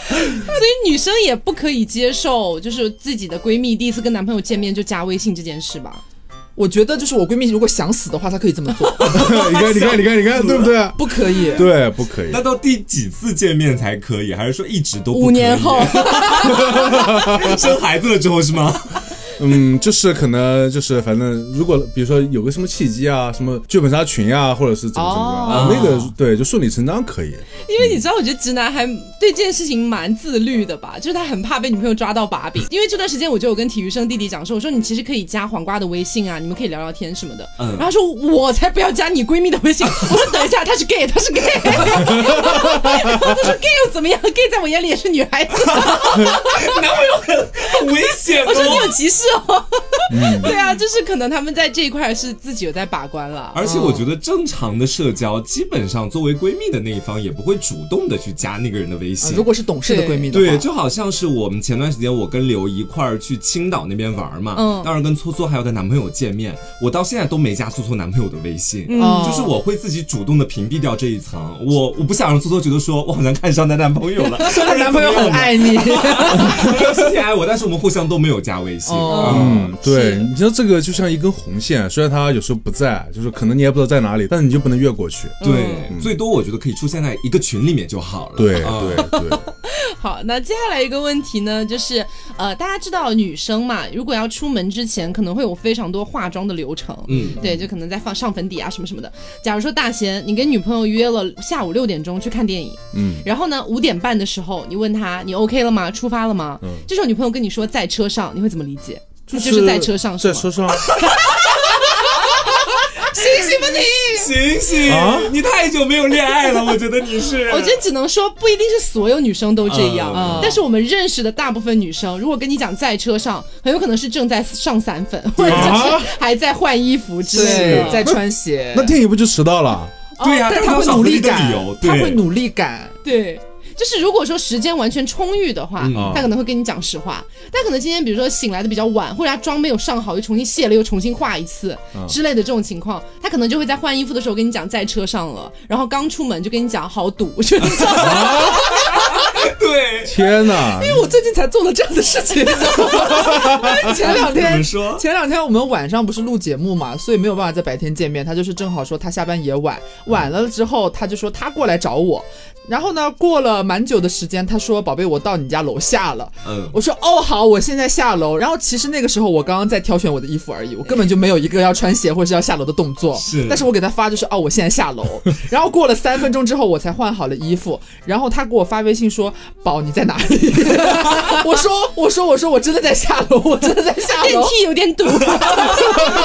Speaker 1: 所以女生也不可以接受，就是自己的闺蜜第一次跟男朋友见面就加微信这件事吧？
Speaker 3: 我觉得就是我闺蜜如果想死的话，她可以这么 做，
Speaker 4: 你看，你看，你看，你看，对不对？
Speaker 3: 不可以。
Speaker 4: 对，不可以。
Speaker 2: 那到第几次见面才可以？还是说一直都不可以
Speaker 1: 五年后
Speaker 2: 生孩子了之后是吗？
Speaker 4: 嗯，就是可能就是反正如果比如说有个什么契机啊，什么剧本杀群啊，或者是怎么怎么样，啊
Speaker 2: 哦
Speaker 4: 那个对，就顺理成章可以。
Speaker 1: 因为你知道，我觉得直男还对这件事情蛮自律的吧，就是他很怕被女朋友抓到把柄。因为这段时间我就有跟体育生弟弟讲说，我说你其实可以加黄瓜的微信啊，你们可以聊聊天什么的。
Speaker 2: 嗯
Speaker 1: 然后他说我才不要加你闺蜜的微信。我说等一下，他是 gay，他是 gay。然后他说 gay 又怎么样？gay 在我眼里也是女孩子。
Speaker 2: 很危险
Speaker 1: 我说你
Speaker 2: 哦。
Speaker 1: 有歧视哦。 对啊，就是可能他们在这一块是自己有在把关了。
Speaker 2: 而且我觉得正常的社交，基本上作为闺蜜的那一方也不会主动的去加那个人的微
Speaker 3: 啊
Speaker 2: 信。
Speaker 3: 如果是懂事的闺蜜的话，
Speaker 2: 对，就好像是我们前段时间我跟刘一块儿去青岛那边玩嘛，
Speaker 1: 嗯
Speaker 2: 当时跟搓搓还有她男朋友见面，我到现在都没加搓搓男朋友的微信，
Speaker 3: 嗯
Speaker 2: 就是我会自己主动的屏蔽掉这一层，我我不想让搓搓觉得说我好像看上她男朋友了，
Speaker 3: 虽然男朋友很爱你，
Speaker 2: 是挺爱我，但是我们互相都没有加微信，
Speaker 3: 哦
Speaker 2: 嗯
Speaker 4: 嗯，对，
Speaker 1: 是
Speaker 4: 你知道这个就像一根红线，虽然它有时候不在，就是可能你也不知道在哪里，但是你就不能越过去。
Speaker 2: 对，
Speaker 3: 嗯
Speaker 2: 最多我觉得可以出现在一个群里面就好了，
Speaker 4: 对
Speaker 2: 嗯
Speaker 4: 对对，
Speaker 1: 好，那接下来一个问题呢，就是呃，大家知道女生嘛，如果要出门之前，可能会有非常多化妆的流程。
Speaker 2: 嗯。
Speaker 1: 对，就可能在放上粉底啊什么什么的。假如说大贤，你跟女朋友约了下午六点钟去看电影，
Speaker 4: 嗯，
Speaker 1: 然后呢五点半的时候，你问她你 OK 了吗？出发了吗？这时候女朋友跟你说在车上，你会怎么理解？
Speaker 4: 就
Speaker 1: 就是在车上是
Speaker 4: 在
Speaker 1: 吗
Speaker 4: 车上，
Speaker 2: 醒醒、
Speaker 4: 啊
Speaker 2: 你太久没有恋爱了，我觉得你 是。
Speaker 1: 我觉得只能说不一定是所有女生都这样，
Speaker 3: 嗯
Speaker 1: 但是我们认识的大部分女生，如果跟你讲在车上，很有可能是正在上散粉，
Speaker 3: 啊
Speaker 1: 或者就是还在换衣服之类的。
Speaker 3: 对，在穿鞋
Speaker 4: 那，电影不就迟到了？
Speaker 2: 对呀、
Speaker 3: 哦但
Speaker 2: 但
Speaker 3: 他
Speaker 2: 他
Speaker 3: 会
Speaker 2: 少
Speaker 3: 努
Speaker 2: 了一
Speaker 3: 力
Speaker 2: 个
Speaker 3: 赶
Speaker 2: 理由，，
Speaker 3: 他会
Speaker 2: 对。
Speaker 3: 努力赶，
Speaker 1: 对，就是如果说时间完全充裕的话，
Speaker 2: 嗯
Speaker 1: 他可能会跟你讲实话。但可能今天比如说醒来的比较晚，或者他妆没有上好，又重新卸了，又重新画一次、
Speaker 3: 嗯
Speaker 1: 之类的这种情况，他可能就会在换衣服的时候跟你讲在车上了，然后刚出门就跟你讲好堵，就是这样
Speaker 2: 对，
Speaker 4: 天哪！
Speaker 3: 因为我最近才做了这样的事情， 前两
Speaker 2: 怎
Speaker 3: 天
Speaker 2: 么说
Speaker 3: 前两天我们晚上不是录节目嘛，所以没有办法在白天见面。他就是正好说他下班也晚，晚了之后他就说他过来找我，然后呢过了蛮久的时间，他说宝贝我到你家楼下了，
Speaker 2: 嗯，
Speaker 3: 我说哦好，我现在下楼。然后其实那个时候我刚刚在挑选我的衣服而已，我根本就没有一个要穿鞋或者是要下楼的动作。
Speaker 2: 是
Speaker 3: 但是我给他发就是哦我现在下楼，然后过了三分钟之后我才换好了衣服，然后他给我发微信说宝你在哪里？ 我说我说我说我真的在下楼，我真的在下
Speaker 1: 电
Speaker 3: 楼。
Speaker 1: 梯有 点堵。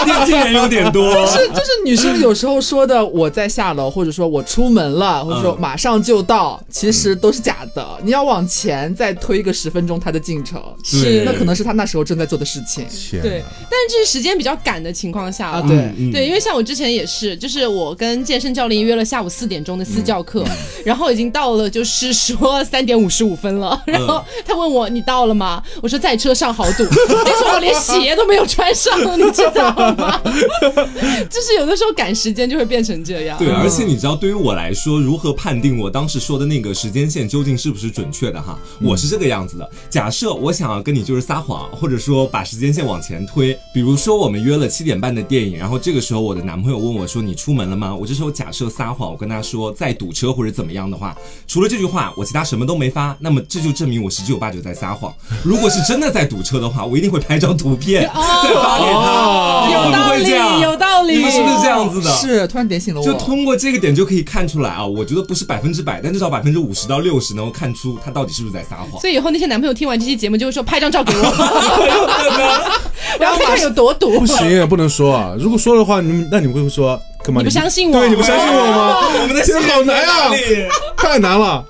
Speaker 2: 年轻人有点多，
Speaker 3: 是，就是女生有时候说的，我在下楼，或者说我出门了，或者说马上就到，其实都是假的。你要往前再推个十分钟，她的进程，
Speaker 2: 是
Speaker 3: 那可能是她那时候正在做的事情。
Speaker 4: 天
Speaker 1: 对，但是这是时间比较赶的情况下
Speaker 3: 啊
Speaker 1: 了。
Speaker 3: 对
Speaker 2: 嗯
Speaker 1: 对，因为像我之前也是，就是我跟健身教练约了下午四点钟的私教课，
Speaker 4: 嗯
Speaker 1: 然后已经到了，就是说三点五十五分了。
Speaker 4: 嗯
Speaker 1: 然后他问我你到了吗？我说在车上好 堵，那时候我连鞋都没有穿上，你知道吗？ 就是有的时候赶时间就会变成这样。
Speaker 2: 对，而且你知道，对于我来说，如何判定我当时说的那个时间线究竟是不是准确的哈？我是这个样子的：假设我想要跟你就是撒谎，或者说把时间线往前推，比如说我们约了七点半的电影，然后这个时候我的男朋友问我说你出门了吗？我这时候假设撒谎，我跟他说在堵车或者怎么样的话，除了这句话，我其他什么都没发，那么这就证明我十之有八九在撒谎。如果是真的在堵车的话，我一定会拍张图片再发给他。
Speaker 1: 哦
Speaker 2: 你
Speaker 1: 有
Speaker 2: 们会
Speaker 1: 道
Speaker 2: 不会这样
Speaker 1: 理，有道理。
Speaker 2: 你们是不是这样子的？
Speaker 3: 哦是，突然点醒了我。
Speaker 2: 就通过这个点就可以看出来啊，我觉得不是百分之百，但至少百分之五十到六十能够看出他到底是不是在撒谎。
Speaker 1: 所以以后那些男朋友听完这期节目就会说拍张照 给我，
Speaker 3: 然后
Speaker 1: 看
Speaker 3: 马
Speaker 1: 看有
Speaker 3: 上
Speaker 1: 多堵。
Speaker 4: 不行，不能说啊！如果说的话，你们那你们会说干嘛？
Speaker 1: 你不相信我
Speaker 4: 对，你不相信我吗？
Speaker 2: 我们的
Speaker 4: 天
Speaker 2: 心
Speaker 4: 好难
Speaker 2: 在
Speaker 4: 啊
Speaker 2: 哪里
Speaker 4: 太难了。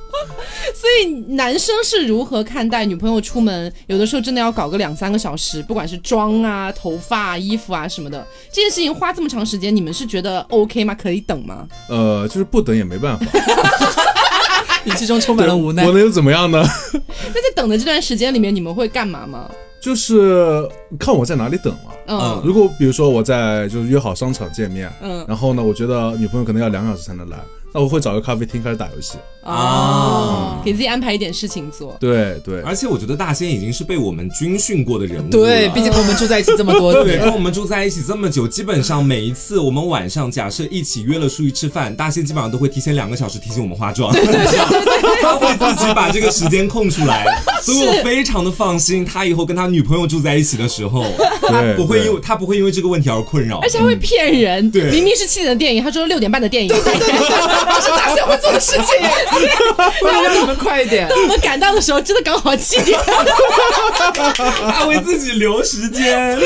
Speaker 1: 所以男生是如何看待女朋友出门？有的时候真的要搞个两三个小时，不管是妆啊、头发、啊、衣服啊什么的，这件事情花这么长时间，你们是觉得 OK 吗？可以等吗？
Speaker 4: 呃，就是不等也没办法，
Speaker 3: 语气中充满了无奈
Speaker 4: 我。能又怎么样呢？
Speaker 1: 那在等的这段时间里面，你们会干嘛吗？
Speaker 4: 就是看我在哪里等了。
Speaker 1: 嗯
Speaker 4: 如果比如说我在就是约好商场见面，
Speaker 1: 嗯
Speaker 4: 然后呢，我觉得女朋友可能要两小时才能来，那我会找个咖啡厅开始打游戏。
Speaker 1: 哦，给自己安排一点事情做。
Speaker 4: 对对，
Speaker 2: 而且我觉得大仙已经是被我们军训过的人物了。
Speaker 3: 对，毕竟跟我们住在一起这么多
Speaker 2: 对，
Speaker 3: 年，
Speaker 2: 跟我们住在一起这么久，基本上每一次我们晚上假设一起约了出去吃饭，大仙基本上都会提前两个小时提醒我们化妆，他 会自己把这个时间空出来，所以我非常的放心。他以后跟他女朋友住在一起的时候，他
Speaker 4: 对
Speaker 2: 不会
Speaker 4: 对
Speaker 2: 因为他不会因为这个问题而困扰
Speaker 1: 而。且还会骗人，
Speaker 2: 对
Speaker 1: 明明是七点的电影，他说六点半的电影，
Speaker 3: 这是大仙会做的事情。为了让你们快一点，
Speaker 1: 我们赶到的时候真的刚好七点。
Speaker 2: 他会自己留时间。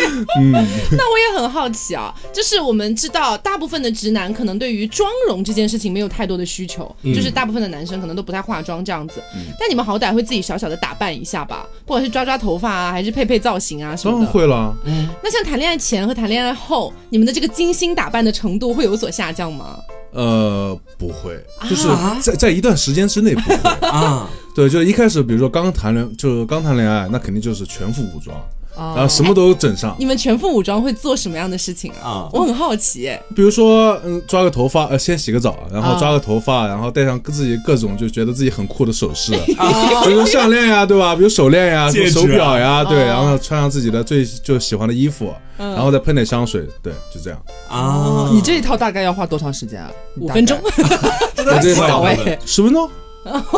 Speaker 1: 那我也很好奇啊，就是我们知道大部分的直男可能对于妆容这件事情没有太多的需求，
Speaker 4: 嗯
Speaker 1: 就是大部分的男生可能都不太化妆这样子。但你们好歹会自己小小的打扮一下吧，不管是抓抓头发啊，还是配配造型啊什
Speaker 4: 当
Speaker 1: 么
Speaker 4: 然
Speaker 1: 的。
Speaker 4: 会了。
Speaker 1: 那像谈恋爱前和谈恋爱后，你们的这个精心打扮的程度会有所下降吗？
Speaker 4: 呃，不会，就是
Speaker 2: 啊
Speaker 4: 在在一段时间之内不会。
Speaker 2: 啊，
Speaker 4: 对，就是一开始，比如说刚谈恋，就是刚谈恋爱，那肯定就是全副武装，然后
Speaker 3: 啊，
Speaker 4: 什么都整上。
Speaker 1: 你们全副武装会做什么样的事情啊？
Speaker 2: 啊
Speaker 1: 我很好奇、
Speaker 4: 比如说，嗯，抓个头发，呃，先洗个澡，然
Speaker 1: 啊
Speaker 4: 后抓个头发，然后戴上自己各种就觉得自己很酷的 首饰，比如说项链呀，对吧？比如手链呀，
Speaker 2: 啊戒指啊啊
Speaker 4: 手表呀，对，然后穿上自己的最就喜欢的衣服，
Speaker 2: 嗯
Speaker 4: 然后再喷点香水，对，就这样。
Speaker 2: 啊！
Speaker 3: 你这一套大概要花多长时间啊？
Speaker 1: 五分钟，
Speaker 4: 我这
Speaker 3: 洗澡
Speaker 2: 哎
Speaker 3: 哎，
Speaker 4: 十分钟，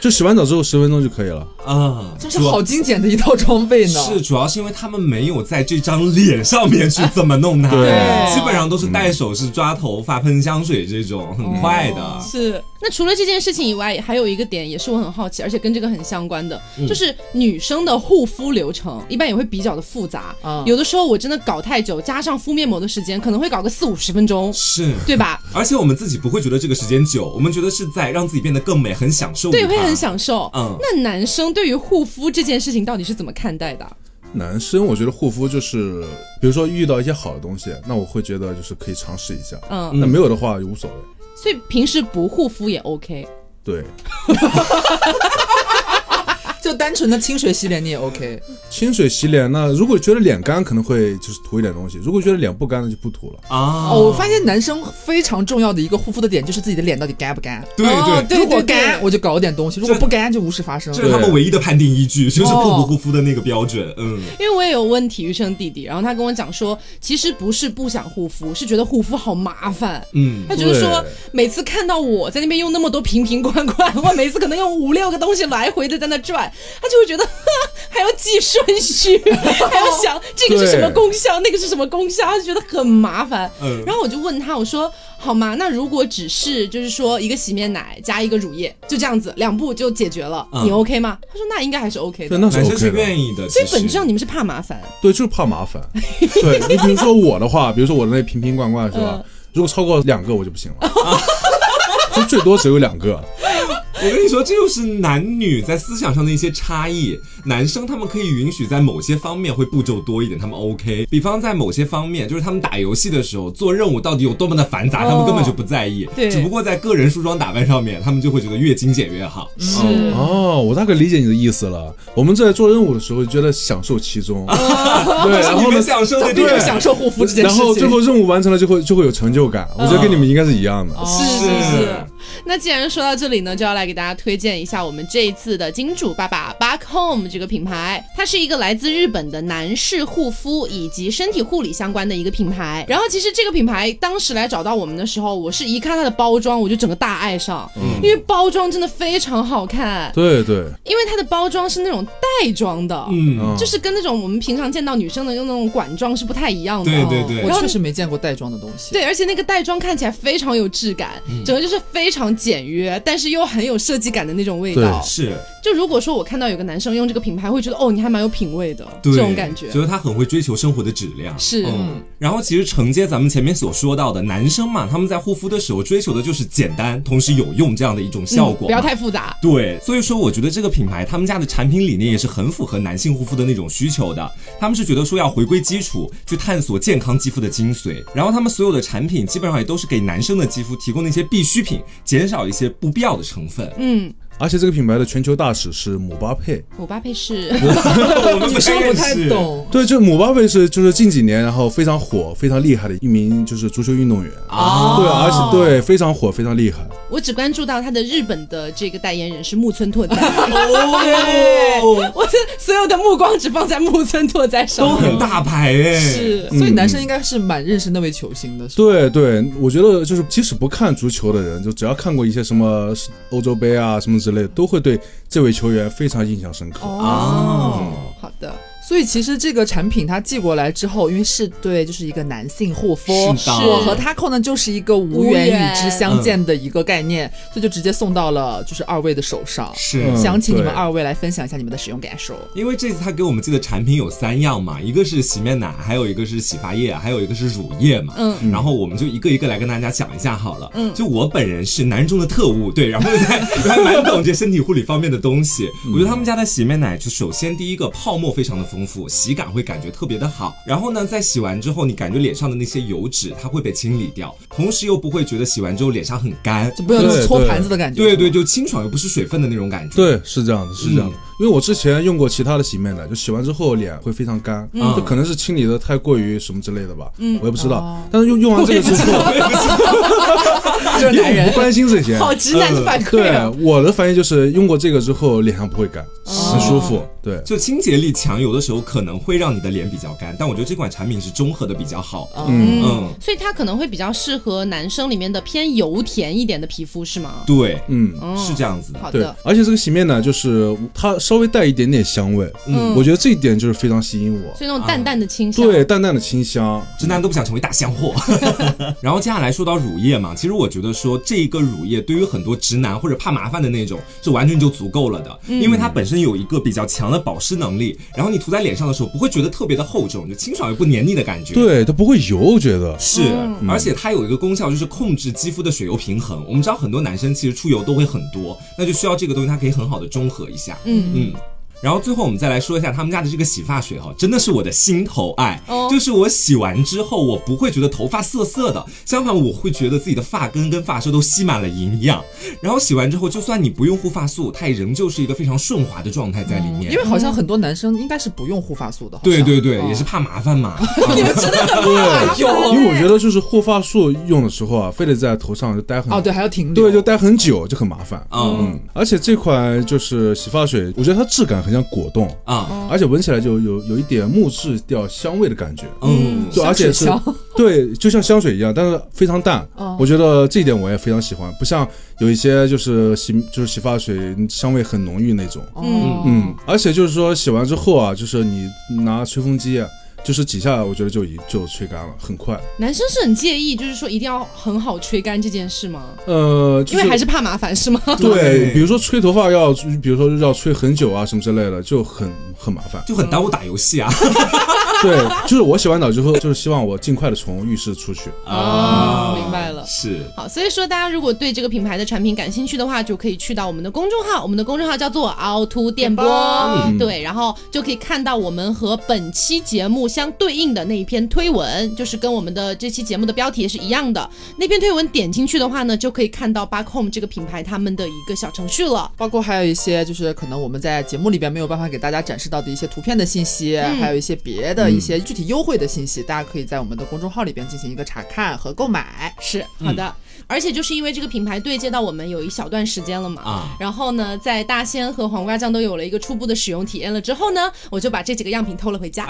Speaker 4: 就洗完澡之后十分钟就可以了。
Speaker 2: 啊，
Speaker 3: 这是好精简的一套装备呢。
Speaker 2: 是主要是因为他们没有在这张脸上面去怎么弄它，
Speaker 4: 对嗯
Speaker 2: 基本上都是戴首饰、抓头发、喷香水这种，很快的。
Speaker 1: 是，那除了这件事情以外，还有一个点也是我很好奇，而且跟这个很相关的，
Speaker 2: 嗯
Speaker 1: 就是女生的护肤流程一般也会比较的复杂。
Speaker 2: 啊
Speaker 3: 嗯
Speaker 1: 有的时候我真的搞太久，加上敷面膜的时间，可能会搞个四五十分钟，
Speaker 2: 是，
Speaker 1: 对吧？
Speaker 2: 而且我们自己不会觉得这个时间久，我们觉得是在让自己变得更美，很享受。
Speaker 1: 对，会很。享受。
Speaker 2: 嗯
Speaker 1: 那男生对于护肤这件事情到底是怎么看待的？啊
Speaker 4: 男生我觉得护肤就是，比如说遇到一些好的东西，那我会觉得就是可以尝试一下。
Speaker 1: 嗯，
Speaker 4: 那没有的话也无所谓。
Speaker 1: 所以平时不护肤也 OK。
Speaker 4: 对，
Speaker 3: 就单纯的清水洗脸你也 OK，
Speaker 4: 清水洗脸，那如果觉得脸干，可能会就是涂一点东西；如果觉得脸不干，那就不涂了。
Speaker 2: 啊！
Speaker 3: 哦，我发现男生非常重要的一个护肤的点就是自己的脸到底干不干。
Speaker 2: 对
Speaker 1: 哦
Speaker 2: 对，
Speaker 1: 对
Speaker 3: 如果
Speaker 1: 对
Speaker 3: 干，我就搞点东西；如果不干，就无事发生。
Speaker 2: 这是他们唯一的判定依据，就是护
Speaker 3: 哦
Speaker 2: 不护肤的那个标准。嗯，
Speaker 1: 因为我也有问体育生弟弟，然后他跟我讲说，其实不是不想护肤，是觉得护肤好麻烦。
Speaker 2: 嗯，
Speaker 1: 他觉得说
Speaker 4: 对，
Speaker 1: 每次看到我在那边用那么多瓶瓶罐罐，我每次可能用五六个东西来回的在那转，他就会觉得，哈，还要记顺 序，还要想这个是什么功效，那个是什么功效，他就觉得很麻烦。
Speaker 2: 嗯
Speaker 1: 然后我就问他，我说，好吗？那如果只是就是说一个洗面奶加一个乳液，就这样子，两步就解决了，
Speaker 2: 嗯
Speaker 1: 你 OK 吗？他说那应该还是 OK
Speaker 4: 对，
Speaker 1: 的。
Speaker 4: 那是
Speaker 2: 男生
Speaker 4: OK
Speaker 2: 是
Speaker 4: 的。
Speaker 2: 愿意的。
Speaker 1: 所以
Speaker 2: 其
Speaker 1: 本质
Speaker 2: 实
Speaker 1: 上你们是怕麻烦。
Speaker 4: 对，就是怕 麻烦。对你比如说我的话，比如说我的那瓶瓶罐罐是吧？
Speaker 2: 嗯
Speaker 4: 如果超过两个我就不行了， 就最多只有两个。
Speaker 2: 我跟你说，这就是男女在思想上的一些差异。男生他们可以允许在某些方面会步骤多一点，他们 OK。比方在某些方面，就是他们打游戏的时候做任务到底有多么的繁杂，
Speaker 1: 哦
Speaker 2: 他们根本就不在意。
Speaker 1: 对
Speaker 2: 只不过在个人梳妆打扮上面，他们就会觉得越精简越好。嗯
Speaker 4: 哦，我大概理解你的意思了。我们在做任务的时候就觉得享受其中， 对，然
Speaker 2: 你
Speaker 4: 后
Speaker 2: 们
Speaker 4: 呢？
Speaker 2: 享受的
Speaker 3: 并
Speaker 2: 对
Speaker 3: 没有享受护肤这件事
Speaker 4: 然
Speaker 3: 情。
Speaker 4: 后最后任务完成了就会就会有成就
Speaker 2: 哦
Speaker 4: 感，我觉得跟你们应该是一样的。
Speaker 3: 哦
Speaker 1: 是是
Speaker 2: 是
Speaker 1: 是。那既然说到这里呢，就要来给大家推荐一下我们这一次的金主爸爸 Back Home 这个品牌，它是一个来自日本的男士护肤以及身体护理相关的一个品牌。然后其实这个品牌当时来找到我们的时候，我是一看它的包装，我就整个大爱上，
Speaker 2: 嗯
Speaker 1: 因为包装真的非常好看，
Speaker 4: 对对，
Speaker 1: 因为它的包装是那种袋装的。
Speaker 2: 嗯，
Speaker 4: 嗯
Speaker 1: 就是跟那种我们平常见到女生的用那种管装是不太一样的，
Speaker 2: 对对对。
Speaker 3: 我确实没见过带妆的东西。
Speaker 1: 对，而且那个袋装看起来非常有质感，
Speaker 2: 嗯
Speaker 1: 整个就是非常简约，但是又很有设计感的那种味道。
Speaker 2: 是
Speaker 1: 就如果说我看到有个男生用这个品牌，会觉得哦，你还蛮有品味的
Speaker 2: 对
Speaker 1: 这种感觉。
Speaker 2: 觉得他很会追求生活的质量。
Speaker 1: 是
Speaker 2: 嗯。然后其实承接咱们前面所说到的，男生嘛，他们在护肤的时候追求的就是简单，同时有用这样的一种效果嘛。
Speaker 1: 不要太复杂。
Speaker 2: 对，所以说我觉得这个品牌他们家的产品理念也是很符合男性护肤的那种需求的。他们是觉得说要回归基础，去探索健康肌肤的精髓。然后他们所有的产品基本上也都是给男生的肌肤提供的一些必需品，减少一些不必要的成分。
Speaker 1: 嗯，
Speaker 4: 而且这个品牌的全球大使是姆巴佩，
Speaker 1: 我巴佩是，
Speaker 2: 我们
Speaker 3: 女生不太
Speaker 2: 认识。
Speaker 3: 懂。
Speaker 4: 对，就姆巴佩是就是近几年然后非常火、非常厉害的一名就是足球运动员
Speaker 3: 哦
Speaker 2: 啊
Speaker 4: 对，而且对非常火、非常厉害。
Speaker 1: 我只关注到他的日本的这个代言人是木村拓哉，
Speaker 2: 哦，
Speaker 1: 我的所有的目光只放在木村拓哉上
Speaker 2: 嗯都
Speaker 1: 面。
Speaker 2: 很大牌哎，
Speaker 1: 是，
Speaker 3: 所以男生应该是蛮认识那位球星的。是吧，
Speaker 4: 对对，我觉得就是即使不看足球的人，就只要看过一些什么欧洲杯啊什么之类的，都会对这位球员非常印象深刻。
Speaker 2: 啊
Speaker 1: 哦，好的，
Speaker 3: 所以其实这个产品它寄过来之后，因为是对，就是一个男性护肤。
Speaker 2: 是的，
Speaker 3: 我和 Taco 呢，就是一个无
Speaker 1: 无
Speaker 3: 缘
Speaker 1: 缘
Speaker 3: 与之相见的一个概念，所以就直接送到了就是二位的手上。
Speaker 2: 是。
Speaker 4: 嗯
Speaker 3: 想请你们
Speaker 4: 对
Speaker 3: 二位来分享一下你们的使用感受。
Speaker 2: 因为这次他给我们寄的产品有三样嘛，一个是洗面奶，还有一个是洗发液，还有一个是乳液嘛。
Speaker 1: 嗯
Speaker 2: 然后我们就一个一个来跟大家讲一下好了。
Speaker 1: 嗯
Speaker 2: 就我本人是男人中的特务，对，然后在 还蛮懂这身体护理方面的东西。我觉得他们家的洗面奶，就首先第一个泡沫非常的丰富，洗感会感觉特别的好。然后呢，在洗完之后，你感觉脸上的那些油脂它会被清理掉，同时又不会觉得洗完之后脸上很干。
Speaker 3: 就不要有那种
Speaker 4: 对
Speaker 3: 搓
Speaker 4: 对
Speaker 3: 盘子的感觉。
Speaker 2: 对对，就清爽又不是水分的那种感觉。
Speaker 4: 对，是这样的，是这样的。
Speaker 2: 嗯
Speaker 4: 因为我之前用过其他的洗面奶，就洗完之后脸会非常干，
Speaker 2: 嗯
Speaker 4: 就可能是清理的太过于什么之类的吧，
Speaker 1: 嗯
Speaker 4: 我也不知道。
Speaker 3: 哦
Speaker 4: 但是用用完这个之后，
Speaker 3: 这
Speaker 4: 因
Speaker 3: 男
Speaker 4: 为我
Speaker 3: 人
Speaker 4: 不关心这些。
Speaker 1: 好直男的反馈
Speaker 4: 对
Speaker 1: 啊，，
Speaker 4: 我的反应就是用过这个之后脸上不会干，很舒服。对，
Speaker 2: 就清洁力强，有的时候可能会让你的脸比较干，但我觉得这款产品是中和的比较好。
Speaker 1: 哦
Speaker 4: 嗯，
Speaker 2: 嗯，
Speaker 1: 所以它可能会比较适合男生里面的偏油甜一点的皮肤，是吗？
Speaker 2: 对，
Speaker 4: 嗯，
Speaker 1: 嗯，
Speaker 2: 是这样哦子的。
Speaker 1: 好
Speaker 4: 对
Speaker 1: 的，，
Speaker 4: 而且这个洗面奶就是它稍微带一点点香味，
Speaker 1: 嗯啊
Speaker 4: 我觉得这一点就是非常吸引我。
Speaker 1: 所以那
Speaker 2: 啊
Speaker 1: 种淡淡的清香。
Speaker 4: 对，淡淡的清香，
Speaker 2: 直男都不想成为大 香货。 然后接下来说到乳液嘛，其实我觉得说这一个乳液对于很多直男或者怕麻烦的那种是完全就足够了的，
Speaker 1: 嗯
Speaker 2: 因为它本身有一个比较强的保湿能力，然后你涂在脸上的时候不会觉得特别的厚重，就清爽又不黏腻的感觉。。
Speaker 4: 对，它不会油，我觉得。
Speaker 2: 是，
Speaker 1: 嗯
Speaker 2: 而且它有一个功效，就是控制肌肤的水油平衡。我们知道很多男生其实出油都会很多，那就需要这个东西，它可以很好的中和一下。
Speaker 1: 嗯，
Speaker 2: 嗯，然后最后我们再来说一下他们家的这个洗发水哈、真的是我的心头爱。
Speaker 1: 哦
Speaker 2: 就是我洗完之后，我不会觉得头发涩涩的，相反我会觉得自己的发根跟发梢都吸满了营养。然后洗完之后，就算你不用护发素，它也仍旧是一个非常顺滑的状态在里面。
Speaker 1: 嗯
Speaker 3: 因为好像很多男生应该是不用护发素的，好像
Speaker 2: 对对对，
Speaker 3: 哦
Speaker 2: 也是怕麻烦嘛。
Speaker 1: 你们真的很怕
Speaker 3: 有
Speaker 4: 因为我觉得就是护发素用的时候啊，非得在头上就待很
Speaker 3: 哦，对，还要停留，
Speaker 4: 对，就待很久就很麻烦。
Speaker 2: 嗯
Speaker 4: 而且这款就是洗发水，我觉得它质感很像果冻，
Speaker 2: 啊
Speaker 4: 而且闻起来就有有一点木质调香味的感觉。
Speaker 2: 嗯
Speaker 4: 就
Speaker 3: 香
Speaker 4: 而且
Speaker 3: 水
Speaker 4: 是
Speaker 3: 香
Speaker 4: 对，就像香水一样，但是非常淡。
Speaker 1: 哦
Speaker 4: 我觉得这一点我也非常喜欢，不像有一些就是洗就是洗发水香味很浓郁那种。
Speaker 1: 嗯
Speaker 3: 哦
Speaker 4: 嗯，而且就是说洗完之后啊，就是你拿吹风机，啊就是几下，我觉得就一就吹干了，很快。
Speaker 1: 男生是很介意，就是说一定要很好吹干这件事吗？
Speaker 4: 呃，就
Speaker 1: 因为还是怕麻烦是吗？
Speaker 4: 对
Speaker 2: 对，。
Speaker 4: 比如说吹头发要，比如说要吹很久啊什么之类的，就很很麻烦
Speaker 2: 就很耽误打游戏啊。
Speaker 4: 对，就是我洗完澡之后，就是希望我尽快的从浴室出去。
Speaker 1: 哦，明白了。
Speaker 2: 啊是，
Speaker 1: 好，所以说大家如果对这个品牌的产品感兴趣的话，就可以去到我们的公众号，我们的公众号叫做凹凸电波，对，然后就可以看到我们和本期节目相对应的那一篇推文，就是跟我们的这期节目的标题也是一样的。那篇推文点进去的话呢，就可以看到 Back Home 这个品牌他们的一个小程序了。
Speaker 3: 包括还有一些就是可能我们在节目里边没有办法给大家展示到的一些图片的信息，
Speaker 2: 嗯
Speaker 3: 还有一些别的一些具体优惠的信息，大家可以在我们的公众号里边进行一个查看和购买。
Speaker 1: 是好的。而且就是因为这个品牌对接到我们有一小段时间了嘛，
Speaker 2: 啊
Speaker 1: 然后呢，在大仙和黄瓜酱都有了一个初步的使用体验了之后呢，我就把这几个样品偷了回家，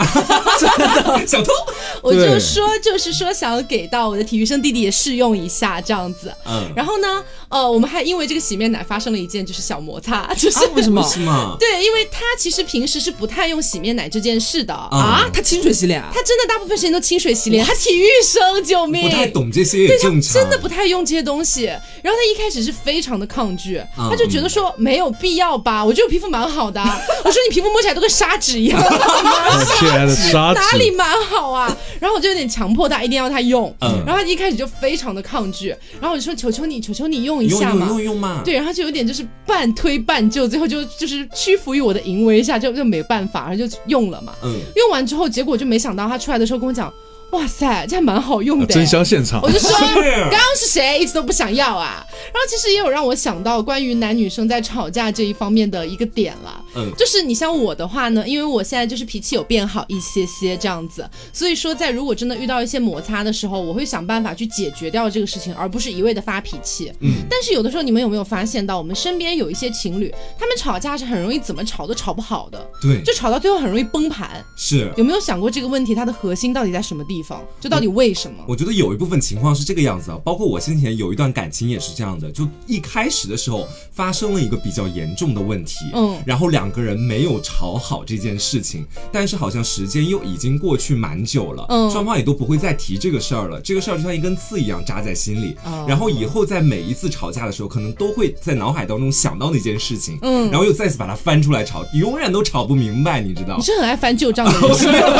Speaker 2: 小偷。
Speaker 1: 我就
Speaker 4: 对
Speaker 1: 说就是说想要给到我的体育生弟弟也试用一下这样子。
Speaker 2: 嗯，
Speaker 1: 然后呢，呃，我们还因为这个洗面奶发生了一件就是小摩擦， 就是、
Speaker 3: 为什么
Speaker 2: 是吗？
Speaker 1: 对，因为他其实平时是不太用洗面奶这件事的啊
Speaker 3: 啊，他清水洗脸啊？
Speaker 1: 他真的大部分时间都清水洗脸，他体育生，救命！
Speaker 2: 不太懂这些也正常。
Speaker 1: 真的不太用这些东西。然后他一开始是非常的抗拒，
Speaker 2: 啊
Speaker 1: 他就觉得说
Speaker 2: 嗯
Speaker 1: 没有必要吧，我觉得我皮肤蛮好的 啊。我说你皮肤摸起来都跟砂纸 一样，
Speaker 4: 我亲爱的沙子，
Speaker 1: 啊哪里蛮好啊？然后我就有点强迫他一定要他用，
Speaker 2: 嗯
Speaker 1: 然后他一开始就非常的抗拒，然后我就说求求你，求求你用一
Speaker 2: 用
Speaker 1: 下
Speaker 2: 用
Speaker 1: 嘛。
Speaker 2: 用用嘛。
Speaker 1: 对，然后就有点就是半推半就，最后就就是屈服于我的淫威下，就就没办法，然后就用了嘛。
Speaker 2: 嗯，
Speaker 1: 用完之后，结果就没想到他出来的时候跟我讲，哇塞，这还蛮好用的、
Speaker 4: 啊真香现场
Speaker 1: 我。就说，
Speaker 2: 是
Speaker 1: 刚刚是谁一直都不想要啊？然后其实也有让我想到关于男女生在吵架这一方面的一个点了。
Speaker 2: 嗯
Speaker 1: 就是你像我的话呢，因为我现在就是脾气有变好一些些这样子，所以说在如果真的遇到一些摩擦的时候，我会想办法去解决掉这个事情，而不是一味的发脾气。
Speaker 2: 嗯，
Speaker 1: 但是有的时候你们有没有发现到，我们身边有一些情侣，他们吵架是很容易怎么吵都吵不好的，
Speaker 2: 对，
Speaker 1: 就吵到最后很容易崩盘。
Speaker 2: 是。
Speaker 1: 有没有想过这个问题它的核心到底在什么地方？就到底为什么？
Speaker 2: 我觉得有一部分情况是这个样子啊，包括我先前有一段感情也是这样的，就一开始的时候发生了一个比较严重的问题，
Speaker 1: 嗯
Speaker 2: 然后两个人没有吵好这件事情，但是好像时间又已经过去蛮久了，
Speaker 1: 嗯
Speaker 2: 双方也都不会再提这个事儿了，这个事儿就像一根刺一样扎在心里，
Speaker 3: 哦
Speaker 1: 嗯
Speaker 2: 然后以后在每一次吵架的时候，可能都会在脑海当中想到那件事情，
Speaker 1: 嗯
Speaker 2: 然后又再次把它翻出来吵，永远都吵不明白，你知道
Speaker 1: 你？是很爱翻旧账的人。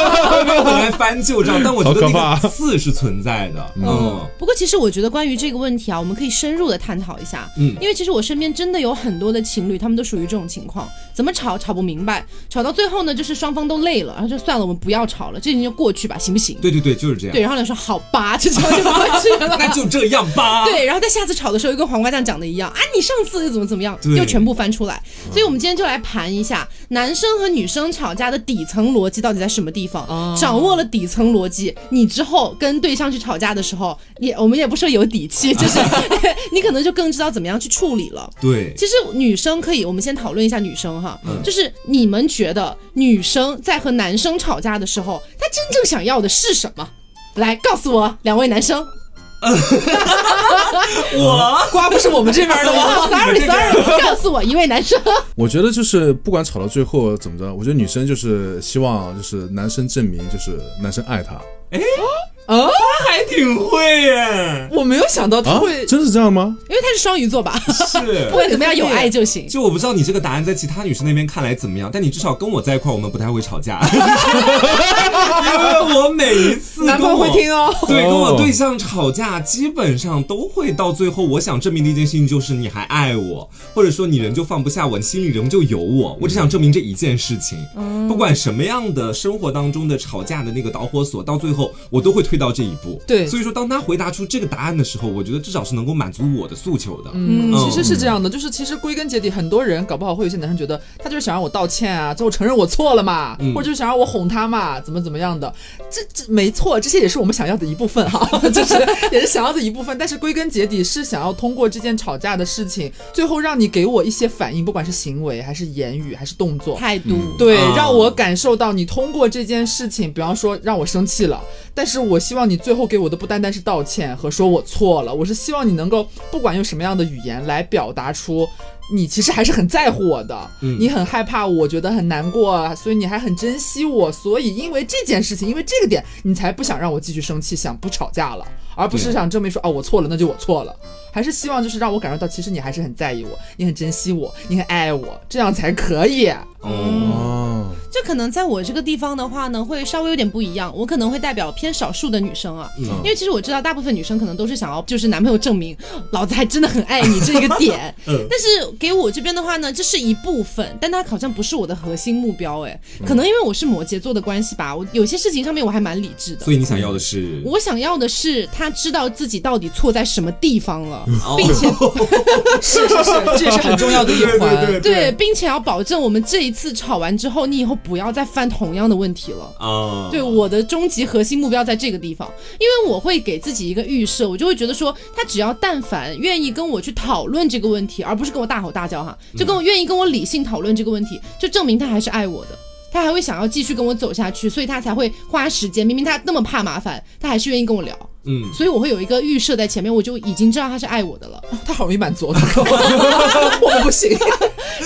Speaker 2: 没有来翻旧账，但我觉得
Speaker 4: 好可怕
Speaker 2: 那个刺是存在的，嗯。
Speaker 1: 不过其实我觉得关于这个问题啊，我们可以深入的探讨一下。
Speaker 2: 嗯
Speaker 1: 因为其实我身边真的有很多的情侣，他们都属于这种情况，怎么吵吵不明白，吵到最后呢，就是双方都累了，然后就算了，我们不要吵了，这件事情就过去吧，行不行？
Speaker 2: 对对对，就是这样。
Speaker 1: 对，然后呢说好吧，就这样就过去了。
Speaker 2: 那就这样吧。
Speaker 1: 对，然后在下次吵的时候，又跟黄瓜酱讲的一样啊，你上次又怎么怎么样，
Speaker 2: 对
Speaker 1: 又全部翻出来。所以我们今天就来盘一下男生和女生吵架的底层逻辑到底在什么地方。掌握了底层逻辑，你之后跟对象去吵架的时候，也我们也不说有底气，就是 你可能就更知道怎么样去处理了。
Speaker 2: 对
Speaker 1: 其实女生可以，我们先讨论一下女生哈，
Speaker 3: 嗯
Speaker 1: 就是你们觉得女生在和男生吵架的时候，她真正想要的是什么？来告诉我，两位男生。
Speaker 2: 我
Speaker 3: 瓜不是我们这边的吗？
Speaker 1: Sorry Sorry，告诉我一位男生，
Speaker 4: 我觉得就是不管吵到最后怎么着，我觉得女生就是希望就是男生证明就是男生爱她
Speaker 3: 嗯，
Speaker 2: 还挺会耶，
Speaker 3: 我没有想到他
Speaker 4: 啊
Speaker 3: 会，，
Speaker 4: 真是这样吗？
Speaker 1: 因为他是双鱼座 吧，
Speaker 2: 是
Speaker 1: 不。管怎么样有爱就行。
Speaker 2: 就我不知道你这个答案在其他女生那边看来怎 么样，但你至少跟我在一块儿，我们不太会吵架，因为我每一次次
Speaker 3: 男
Speaker 2: 跟
Speaker 3: 朋友
Speaker 2: 我
Speaker 3: 会听哦。
Speaker 2: 对，跟我
Speaker 4: 哦
Speaker 2: 对象吵架，基本上都会到最后，我想证明的一件事情就是你还爱我，或者说你仍旧放不下我，你心里仍旧有我。我只想证明这一件事情，
Speaker 3: 嗯
Speaker 2: 不管什么样的生活当中的吵架的那个导火索，到最后我都会推到这一步。
Speaker 3: 对
Speaker 2: 所以说当他回答出这个答案的时候，我觉得至少是能够满足我的诉求的。
Speaker 3: 嗯，
Speaker 2: 嗯
Speaker 3: 其实是这样的，就是其实归根结底，很多人搞不好会有些男生觉得他就是想让我道歉啊，最后承认我错了嘛，
Speaker 2: 嗯
Speaker 3: 或者就是想让我哄他嘛，怎么怎么样的，这这没错，这些也是我们想要的一部分哈， 就是也是想要的一部分，但是归根结底是想要通过这件吵架的事情，最后让你给我一些反应，不管是行为还是言语还是动作，
Speaker 1: 态度。
Speaker 3: 对，
Speaker 2: 啊
Speaker 3: 让我感受到你通过这件事情，比方说让我生气了，但是我希望你最后给我的不单单是道歉和说我错了，我是希望你能够不管用什么样的语言来表达出。你其实还是很在乎我的，
Speaker 2: 嗯
Speaker 3: 你很害怕，我觉得很难过，所以你还很珍惜我，所以因为这件事情，因为这个点，你才不想让我继续生气，想不吵架了，而不是
Speaker 2: 对
Speaker 3: 想证明说哦我错了，那就我错了，还是希望就是让我感受到，其实你还是很在意我，你很珍惜我，你很爱我，这样才可以。啊
Speaker 2: 哦，
Speaker 3: 嗯
Speaker 4: 哦，
Speaker 1: 就可能在我这个地方的话呢，会稍微有点不一样。我可能会代表偏少数的女生啊，因为其实我知道大部分女生可能都是想要就是男朋友证明老子还真的很爱你这一个点。但是给我这边的话呢，这是一部分，但它好像不是我的核心目标。哎，可能因为我是摩羯座的关系吧，我有些事情上面我还蛮理智的。
Speaker 2: 所以你想要的是
Speaker 1: 我想要的是他知道自己到底错在什么地方了，
Speaker 2: 哦
Speaker 1: 并且
Speaker 3: 是是是，这也是很重要的一环。
Speaker 2: 对
Speaker 1: 对，并且要保证我们这一次吵完之后，你以后不要再犯同样的问题了。
Speaker 2: 啊，
Speaker 1: 对，我的终极核心目标在这个地方，因为我会给自己一个预设，我就会觉得说，他只要但凡愿意跟我去讨论这个问题，而不是跟我大吼大叫哈，就跟
Speaker 3: 嗯
Speaker 1: 我愿意跟我理性讨论这个问题，就证明他还是爱我的。他还会想要继续跟我走下去，所以他才会花时间。明明他那么怕麻烦，他还是愿意跟我聊，
Speaker 2: 嗯。
Speaker 1: 所以我会有一个预设在前面，我就已经知道他是爱我的了。
Speaker 3: 他好容易满足 我的口，我们不行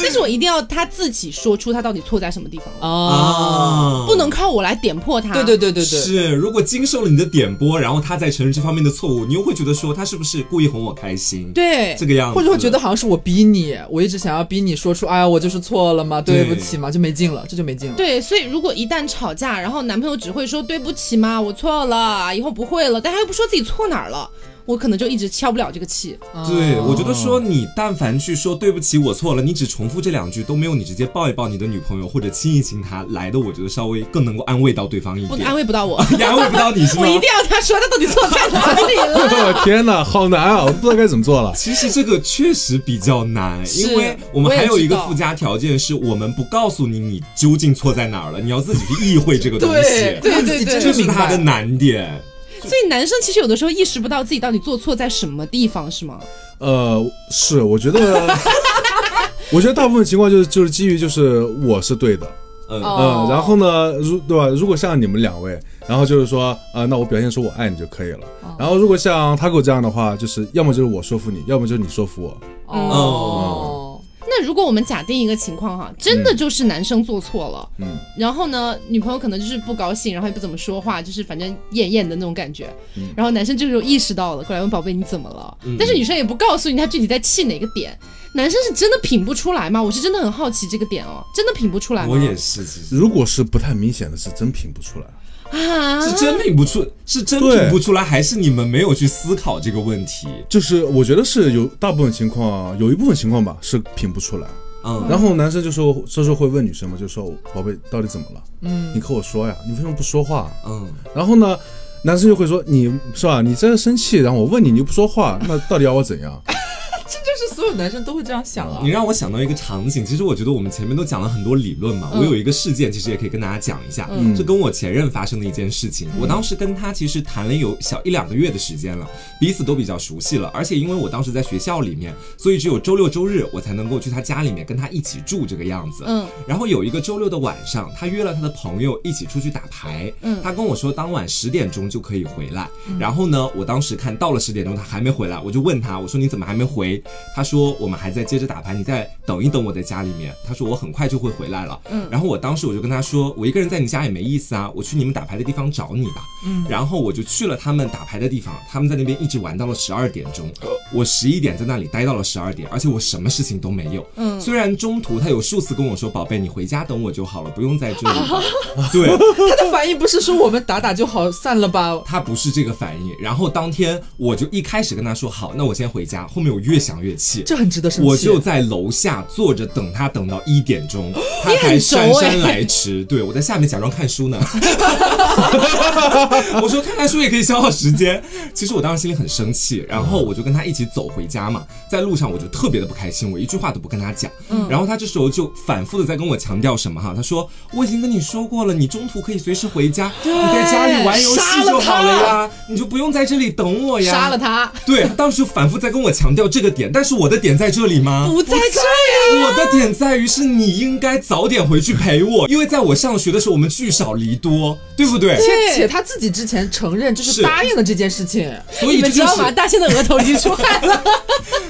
Speaker 1: 但是我一定要他自己说出他到底错在什么地方了，
Speaker 3: 啊。
Speaker 1: 不能靠我来点破他。
Speaker 3: 对对对对对，
Speaker 2: 是，如果经受了你的点拨，然后他再承认这方面的错误，你又会觉得说他是不是故意哄我开心？，
Speaker 1: 对
Speaker 2: 这个样子，
Speaker 3: 或者会觉得好像是我逼你，我一直想要逼你说出，哎呀，我就是错了嘛，对不起嘛，就没劲了，这就没劲了。
Speaker 1: 对，所以如果一旦吵架，然后男朋友只会说对不起嘛，我错了，以后不会了，但他又不说自己错哪儿了，我可能就一直消不了这个气。
Speaker 3: 啊
Speaker 2: 对，我觉得说你但凡去说对不起，我错了，你只重复这两句都没有你直接抱一抱你的女朋友或者亲一亲她来的，我觉得稍微更能够安慰到对方一
Speaker 1: 不
Speaker 2: 点，
Speaker 1: 安慰不到我，
Speaker 2: 也安慰不到你是吗
Speaker 1: 我？一定要他说他到底错在哪里 了。
Speaker 4: 天哪，好难啊！我不知道该怎么做了。
Speaker 2: 其实这个确实比较难，
Speaker 1: 是
Speaker 2: 因为我们
Speaker 1: 我也
Speaker 2: 还有一个
Speaker 1: 知道
Speaker 2: 附加条件是我们不告诉你你究竟错在哪儿了，你要自己去意会这个东西。
Speaker 3: 对
Speaker 1: 对对对
Speaker 2: 这是他的难点。
Speaker 1: 所以男生其实有的时候意识不到自己到底做错在什么地方，是吗？
Speaker 4: 呃，是，我觉得， 我觉得大部分情况就是就是基于就是我是对的，
Speaker 2: 嗯，
Speaker 3: 哦
Speaker 4: 嗯，然后呢，如对吧？如果像你们两位，然后就是说，啊，那我表现出我爱你就可以了。
Speaker 3: 哦
Speaker 4: 然后如果像他给我这样的话，就是要么就是我说服你，要么就是你说服我。
Speaker 2: 嗯
Speaker 3: 哦，
Speaker 1: 那如果我们假定一个情况
Speaker 2: 嗯
Speaker 1: 哈，真的就是男生做错了，
Speaker 4: 嗯
Speaker 1: 然后呢，女朋友可能就是不高兴，然后也不怎么说话，就是反正厌厌的那种感觉。
Speaker 2: 嗯
Speaker 1: 然后男生这时候意识到了，过来问宝贝你怎么了？但是女生也不告诉你她具体在气哪个点。男生是真的品不出来吗？我是真的很好奇这个点哦，真的品不出来吗？
Speaker 2: 我也是，其
Speaker 1: 哦
Speaker 2: 实
Speaker 4: 如果是不太明显的，是真品不出来。
Speaker 1: 啊，
Speaker 2: 是真品不出，是真品不出来，还是你们没有去思考这个问题？
Speaker 4: 就是我觉得是有大部分情况，有一部分情况吧是品不出来。
Speaker 2: 嗯，
Speaker 4: 然后男生就说，这时候会问女生嘛，就说宝贝到底怎么了？嗯，你和我说呀，你为什么不说话？
Speaker 2: 嗯，
Speaker 4: 然后呢，男生就会说你是吧？你在这生气，然后我问你，你又不说话，那到底要我怎样？
Speaker 3: 这就是所有男生都会这样想啊
Speaker 2: 你。让我想到一个场景，其实我觉得我们前面都讲了很多理
Speaker 1: 嗯
Speaker 2: 论嘛，我有一个事件，其实也可以跟大家讲一下，这跟我前任发生的一件事情。
Speaker 1: 嗯
Speaker 2: 我当时跟他其实谈了有小一两个月的时间了，彼此都比较熟悉了，而且因为我当时在学校里面，所以只有周六周日我才能够去他家里面跟他一起住这个样子。
Speaker 1: 嗯，
Speaker 2: 然后有一个周六的晚上，他约了他的朋友一起出去打牌。
Speaker 1: 嗯
Speaker 2: 他跟我说当晚十点钟就可以回来。然后呢，我当时看到了十点钟，他还没回来，我就问他，我说你怎么还没回？他说我们还在接着打牌，你再等一等，我在家里面。他说我很快就会回来了。嗯，然后我当时我就跟他说，我一个人在你家也没意思啊，我去你们打牌的地方找你吧。嗯，然后我就去了他们打牌的地方，他们在那边一直玩到了十二点钟。我十一点在那里待到了十二点，而且我什么事情都没有。嗯，虽然中途他有数次跟我说：“宝贝，你回家等我就好了，不用在这里了。对，
Speaker 3: 他的反应不是说我们打打就好，散了吧？
Speaker 2: 他不是这个反应。然后当天我就一开始跟他说：“好，那我先回家。”后面我越想越气，
Speaker 3: 这很值得生气。
Speaker 2: 我就在楼下坐着等他，等到一点钟，他才姗姗来迟。对我在下面假装看书呢，我说看看书也可以消耗时间。其实我当时心里很生气，然后我就跟他一起走回家嘛，在路上我就特别的不开心，我一句话都不跟他讲。然后他这时候就反复的在跟我强调什么哈，他说我已经跟你说过了，你中途可以随时回家，你在家里玩游戏就好了呀，你就不用在这里等我呀。
Speaker 1: 杀了他，
Speaker 2: 对，他当时反复在跟我强调这个点，但是我的点在这里吗？
Speaker 1: 不啊在这
Speaker 2: 我的点在于是你应该早点回去陪我，因为在我上学的时候，我们聚少离多，对不对？
Speaker 3: 且且他自己之前承认就是
Speaker 2: 是
Speaker 3: 答应了这件事情，
Speaker 2: 所
Speaker 1: 里，你
Speaker 2: 以这
Speaker 1: 们知
Speaker 2: 就
Speaker 1: 道吗？
Speaker 2: 是，
Speaker 1: 大仙的额头已经出汗了。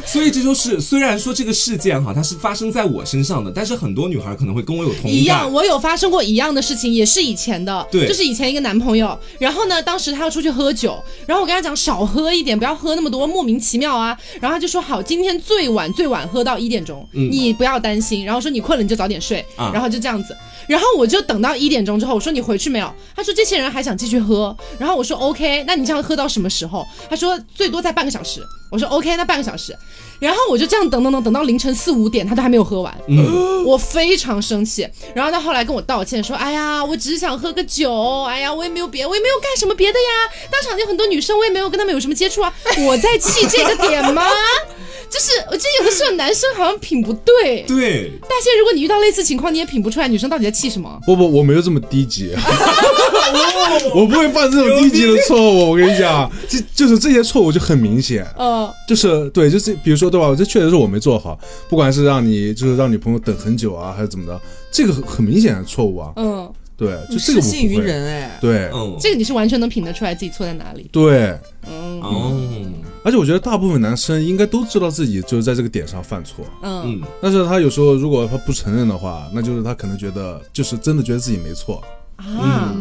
Speaker 2: 所以这就是，虽然说这个事件哈，它是发生在我身上的，但是很多女孩可能会跟我有同
Speaker 1: 一样，
Speaker 2: 感。
Speaker 1: 我有发生过一样的事情，也是以前的，
Speaker 2: 对
Speaker 1: 就是以前一个男朋友，然后呢，当时他要出去喝酒，然后我跟他讲少喝一点，不要喝那么多，莫名其妙啊，然后他就说好，今天最晚最晚喝到一点钟，你不要担心，然后说你困了你就早点睡，
Speaker 2: 嗯啊
Speaker 1: 然后就这样子，然后我就等到一点钟之后，我说你回去没有？他说这些人还想继续喝，然后我说 OK，那你这样喝到什么时候？他说最多再半个小时，我说 OK，那半个小时。然后我就这样等等等等到凌晨四五点，他都还没有喝完。我非常生气。然后他后来跟我道歉说：“哎呀，我只是想喝个酒，哎呀，我也没有别，我也没有干什么别的呀。当场有很多女生，我也没有跟他们有什么接触 啊。我在气这个点吗？就是我觉得有的时候男生好像品不对。
Speaker 2: 对，
Speaker 1: 大仙，如果你遇到类似情况，你也品不出来女生到底在气什么。
Speaker 4: 不不，我没有这么低级， 我不会犯这种低级的错误。我跟你讲，这就是这些错误就很明显，
Speaker 1: 呃，
Speaker 4: 就是对，就是比如说对吧？这确实是我没做好，不管是让你就是让女朋友等很久啊，还是怎么的，这个很很明显的错误啊。
Speaker 1: 嗯，
Speaker 4: 对，就
Speaker 3: 你
Speaker 4: 这个
Speaker 3: 失
Speaker 4: 我
Speaker 3: 信
Speaker 4: 不
Speaker 3: 于
Speaker 4: 会。
Speaker 3: 人哎，
Speaker 4: 对
Speaker 2: 嗯，
Speaker 1: 这个你是完全能品得出来自己错在哪里。
Speaker 4: 对，
Speaker 2: 哦，
Speaker 4: 而且我觉得大部分男生应该都知道自己就是在这个点上犯错，
Speaker 1: 嗯，
Speaker 2: 嗯，
Speaker 4: 但是他有时候如果他不承认的话，那就是他可能觉得就是真的觉得自己没错。
Speaker 1: 啊，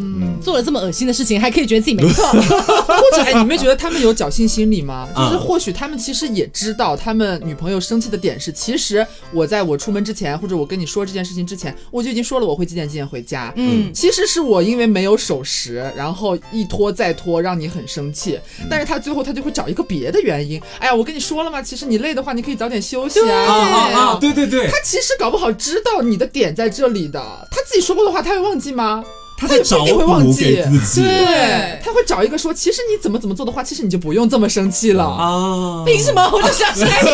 Speaker 1: 做了这么恶心的事情，还可以觉得自己没错。
Speaker 3: 或者哎，你们觉得他们有侥幸心理吗？
Speaker 4: 嗯
Speaker 3: 就
Speaker 2: 啊
Speaker 3: 是或许他们其实也知道，他们女朋友生气的点是，其实我在我出门之前，或者我跟你说这件事情之前，我就已经说了我会几点几点回家。
Speaker 1: 嗯，
Speaker 3: 其实是我因为没有守时，然后一拖再拖，让你很生气。
Speaker 4: 嗯
Speaker 3: 但是他最后他就会找一个别的原因。哎呀，我跟你说了嘛，其实你累的话，你可以早点休息啊。
Speaker 2: 啊啊啊，对对对
Speaker 3: 他，其实搞不好知道你的点在这里的，他自己说过的话，他会忘记吗？
Speaker 2: 他在
Speaker 3: 他
Speaker 2: 找
Speaker 3: 也不一定会忘
Speaker 2: 补
Speaker 3: 记
Speaker 2: 给自 己
Speaker 1: 对
Speaker 3: 他会找一个说，其实你怎么怎么做的话，其实你就不用这么生气了。
Speaker 2: 啊，
Speaker 1: 凭什么？我就想起来你，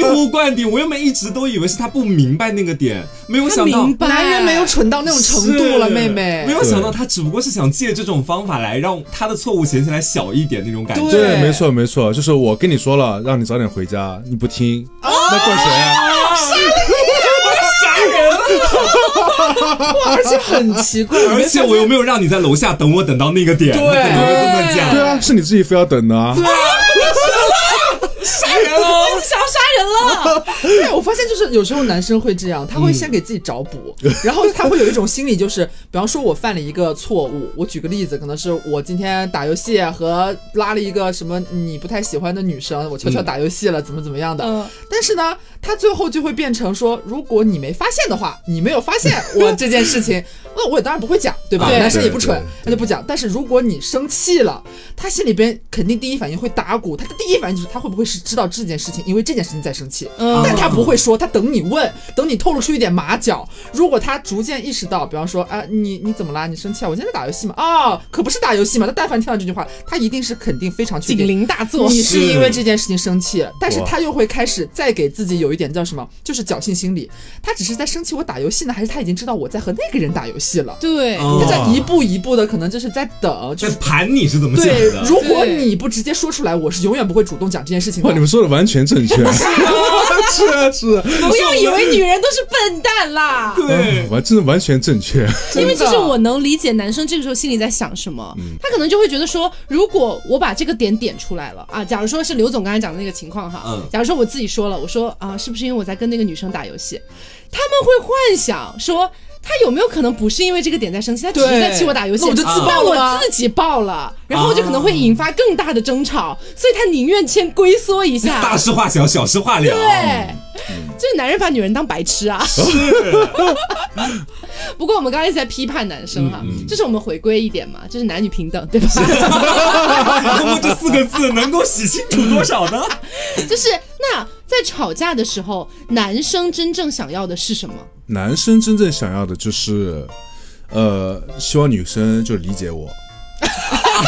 Speaker 2: 醍醐灌顶。我原本一直都以为是他不明白那个点，没有
Speaker 1: 他
Speaker 2: 想到
Speaker 1: 明白，
Speaker 3: 男人没有蠢到那种程度了，
Speaker 2: 是
Speaker 3: 妹妹
Speaker 2: 没。有想到他只不过是想借这种方法来让他的错误显起来小一点那种感觉。
Speaker 3: 对
Speaker 4: 没错没错，就是我跟你说了，让你早点回家，你不听，那怪谁啊？
Speaker 2: 杀人了！
Speaker 3: 而且很 奇怪，
Speaker 2: 而且我又没有让你在楼下等我，等到那个点，
Speaker 3: 对
Speaker 2: 他肯定会这么讲。
Speaker 4: 对啊，是你自己非要等的啊。
Speaker 1: 杀人了，我想要杀人了。
Speaker 3: 对，我发现就是有时候男生会这样，他会先给自己找补，
Speaker 2: 嗯
Speaker 3: 然后他会有一种心理，就是比方说我犯了一个错误，我举个例子，可能是我今天打游戏和拉了一个什么你不太喜欢的女生，我悄
Speaker 2: 嗯
Speaker 3: 悄打游戏了，怎么怎么样的。
Speaker 1: 嗯
Speaker 3: 但是呢，他最后就会变成说，如果你没发现的话，你没有发 现我这件事情，那我也当然不会讲，对吧？
Speaker 2: 对
Speaker 3: 男生也不蠢
Speaker 4: 啊对对，
Speaker 3: 他就不讲。但是如果你生气了，他心里边肯定第一反应会打鼓，他的第一反应就是他会不会是知道这件事情，因为这件事情在生
Speaker 4: 哦
Speaker 3: 气。
Speaker 1: 嗯
Speaker 3: 但他不会说，他等你问，等你透露出一点马脚。如果他逐渐意识到，比方说，啊，你你怎么啦？你生气啊？我今天在打游戏嘛。哦，可不是打游戏嘛。他但凡听到这句话，他一定是肯定非常确
Speaker 1: 警
Speaker 3: 定
Speaker 1: 铃大作，
Speaker 3: 你是
Speaker 2: 是
Speaker 3: 因为这件事情生气了，但是
Speaker 4: 哇
Speaker 3: 他又会开始再给自己有一点叫什么，就是侥幸心理。他只是在生气我打游戏呢，还是他已经知道我在和那个人打游戏了？
Speaker 1: 对，
Speaker 2: 哦
Speaker 3: 他在一步一步的，可能就是在等，就
Speaker 2: 在
Speaker 3: 是
Speaker 2: 盘你是怎么想
Speaker 3: 对。
Speaker 2: 的？
Speaker 3: 如果
Speaker 1: 对
Speaker 3: 你不直接说出来，我是永远不会主动讲这件事情
Speaker 4: 哇，哦你
Speaker 3: 的。
Speaker 4: 们说的完全正确， 是啊是啊，
Speaker 1: 不要以为女人都是笨蛋 啦。
Speaker 4: 哎
Speaker 2: 对，
Speaker 4: 完真的完全正确。
Speaker 1: 因为其
Speaker 3: 真
Speaker 1: 实
Speaker 3: 的嗯
Speaker 1: 我能理解男生这个时候心里在想什么，他可能就会觉得说，如果我把这个点点出来了啊，假如说是刘总刚才讲的那个情况哈，
Speaker 2: 嗯
Speaker 1: 假如说我自己说了，我说啊，是不是因为我在跟那个女生打游戏？他们会幻想说。他有没有可能不是因为这个点在生气？他只是
Speaker 3: 对
Speaker 1: 在气我打游戏，
Speaker 3: 那我就自爆
Speaker 1: 但
Speaker 3: 了
Speaker 1: 我
Speaker 3: 啊
Speaker 1: 自己爆了，然后就可能会引发更大的争吵，所以他宁愿先龟缩一下。
Speaker 2: 大事化小，小事化了。
Speaker 1: 对， 这男人把女人当白痴啊！ 不过我们刚刚一直在批判男生哈，就是我们回归一点嘛，嗯就是男女平等，对吧？
Speaker 2: 通过这四个字能够洗清楚多少呢？
Speaker 1: 就是那在吵架的时候，男生真正想要的是什么？
Speaker 4: 男生真正想要的就是，呃，希望女生就理解我。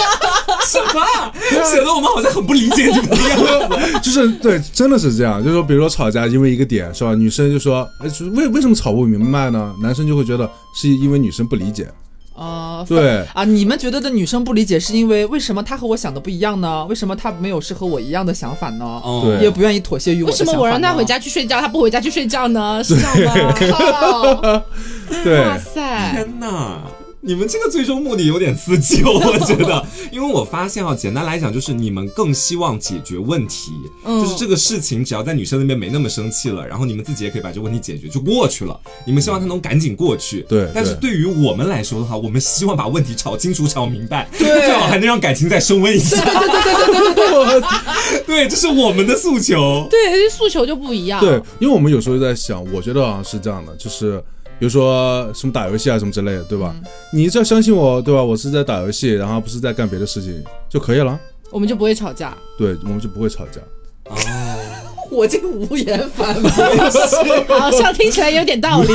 Speaker 2: 什么？显得我们好像很不理解你们的样子。
Speaker 4: 就是对，真的是这样。就是说，比如说吵架，因为一个点是吧？女生就说，哎，就是为为什么吵不明白呢？男生就会觉得是因为女生不理解。
Speaker 3: 啊、
Speaker 4: 对
Speaker 3: 啊，你们觉得的女生不理解，是因为为什么她和我想的不一样呢？为什么她没有是和我一样的想法呢？
Speaker 2: 哦
Speaker 4: 对
Speaker 3: 也不愿意妥协于我
Speaker 1: 为
Speaker 3: 的
Speaker 1: 什
Speaker 3: 想法
Speaker 1: 么我
Speaker 3: 呢。
Speaker 1: 让他回家去睡觉，他不回家去睡觉呢？是这 样吗？靠
Speaker 4: 对，
Speaker 1: 哇塞，
Speaker 2: 天哪！你们这个最终目的有点刺激哦，我觉 得，因为我发现哦，简单来讲就是你们更希望解决问题，
Speaker 1: 嗯
Speaker 2: 就是这个事情只要在女生那边没那么生气了，然后你们自己也可以把这个问题解决就过去了，你们希望她能赶紧过去。
Speaker 4: 对
Speaker 2: 但是对
Speaker 4: 对
Speaker 2: 于我们来说的话，我们希望把问题吵清楚、吵明白，
Speaker 3: 对
Speaker 2: 最好还能让感情再升温一下。 对对对对对对对，这是我们的诉求。
Speaker 1: 对，这诉求就不一样。
Speaker 4: 对，因为我们有时候在想，我觉得好像是这样的，就是比如说什么打游戏啊什么之类的，对吧？你只要相信我，对吧？我是在打游戏，然后不是在干别的事情就可以了。
Speaker 1: 我们就不会吵架。
Speaker 4: 对，我们就不会吵架。
Speaker 3: 我竟无言反 驳，
Speaker 1: 好像听起来有点 道理。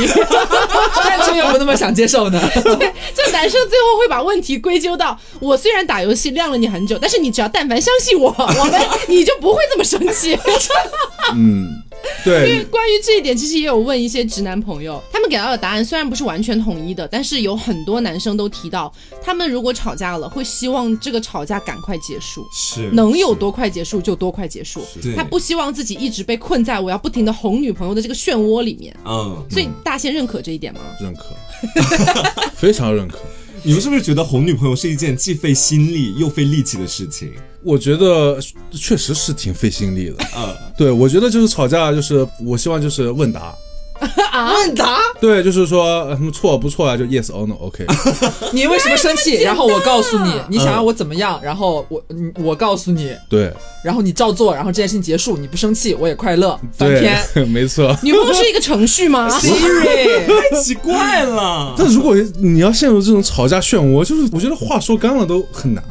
Speaker 3: 但却又不那么想接受呢。
Speaker 1: 就男生最后会把问题归咎到我，虽然打游戏晾了你很久，但是你只要但凡相信 我，我们你就不会这么生气。
Speaker 4: 嗯，对，
Speaker 1: 关于这一点，其实也有问一些直男朋友，他们给到的答案虽然不是完全统一的，但是有很多男生都提到，他们如果吵架了，会希望这个吵架赶快结束。
Speaker 2: 是
Speaker 1: 能有多快结束就多快结束
Speaker 2: 是，
Speaker 1: 他不希望自己一直被困在我要不停的哄女朋友的这个漩涡里面，
Speaker 2: 嗯，
Speaker 1: 所以大仙认可这一 点吗？
Speaker 4: 认可， 非常认可。
Speaker 2: 你们是不是觉得哄女朋友是一件既费心力又费力气的事情？
Speaker 4: 我觉得确实是挺费心力的。
Speaker 3: 嗯
Speaker 2: 呃，
Speaker 4: 对，我觉得就是吵架，就是我希望就是问答。
Speaker 1: 啊
Speaker 3: 问答，
Speaker 4: 对，就是说呃什么错不错啊，就 yes or no OK。
Speaker 3: 你为什么生气？然后我告诉你，你想让我怎么样？然后我你我告诉你，
Speaker 4: 对
Speaker 3: 然后你照做，然后这件事情结束，你不生气，我也快乐。翻 篇
Speaker 4: 对，没错。
Speaker 1: 女朋友是一个程序吗？
Speaker 3: ，Siri，
Speaker 2: 太奇怪了。
Speaker 4: 但如果你要陷入这种吵架漩涡，就是我觉得话说干了都很难。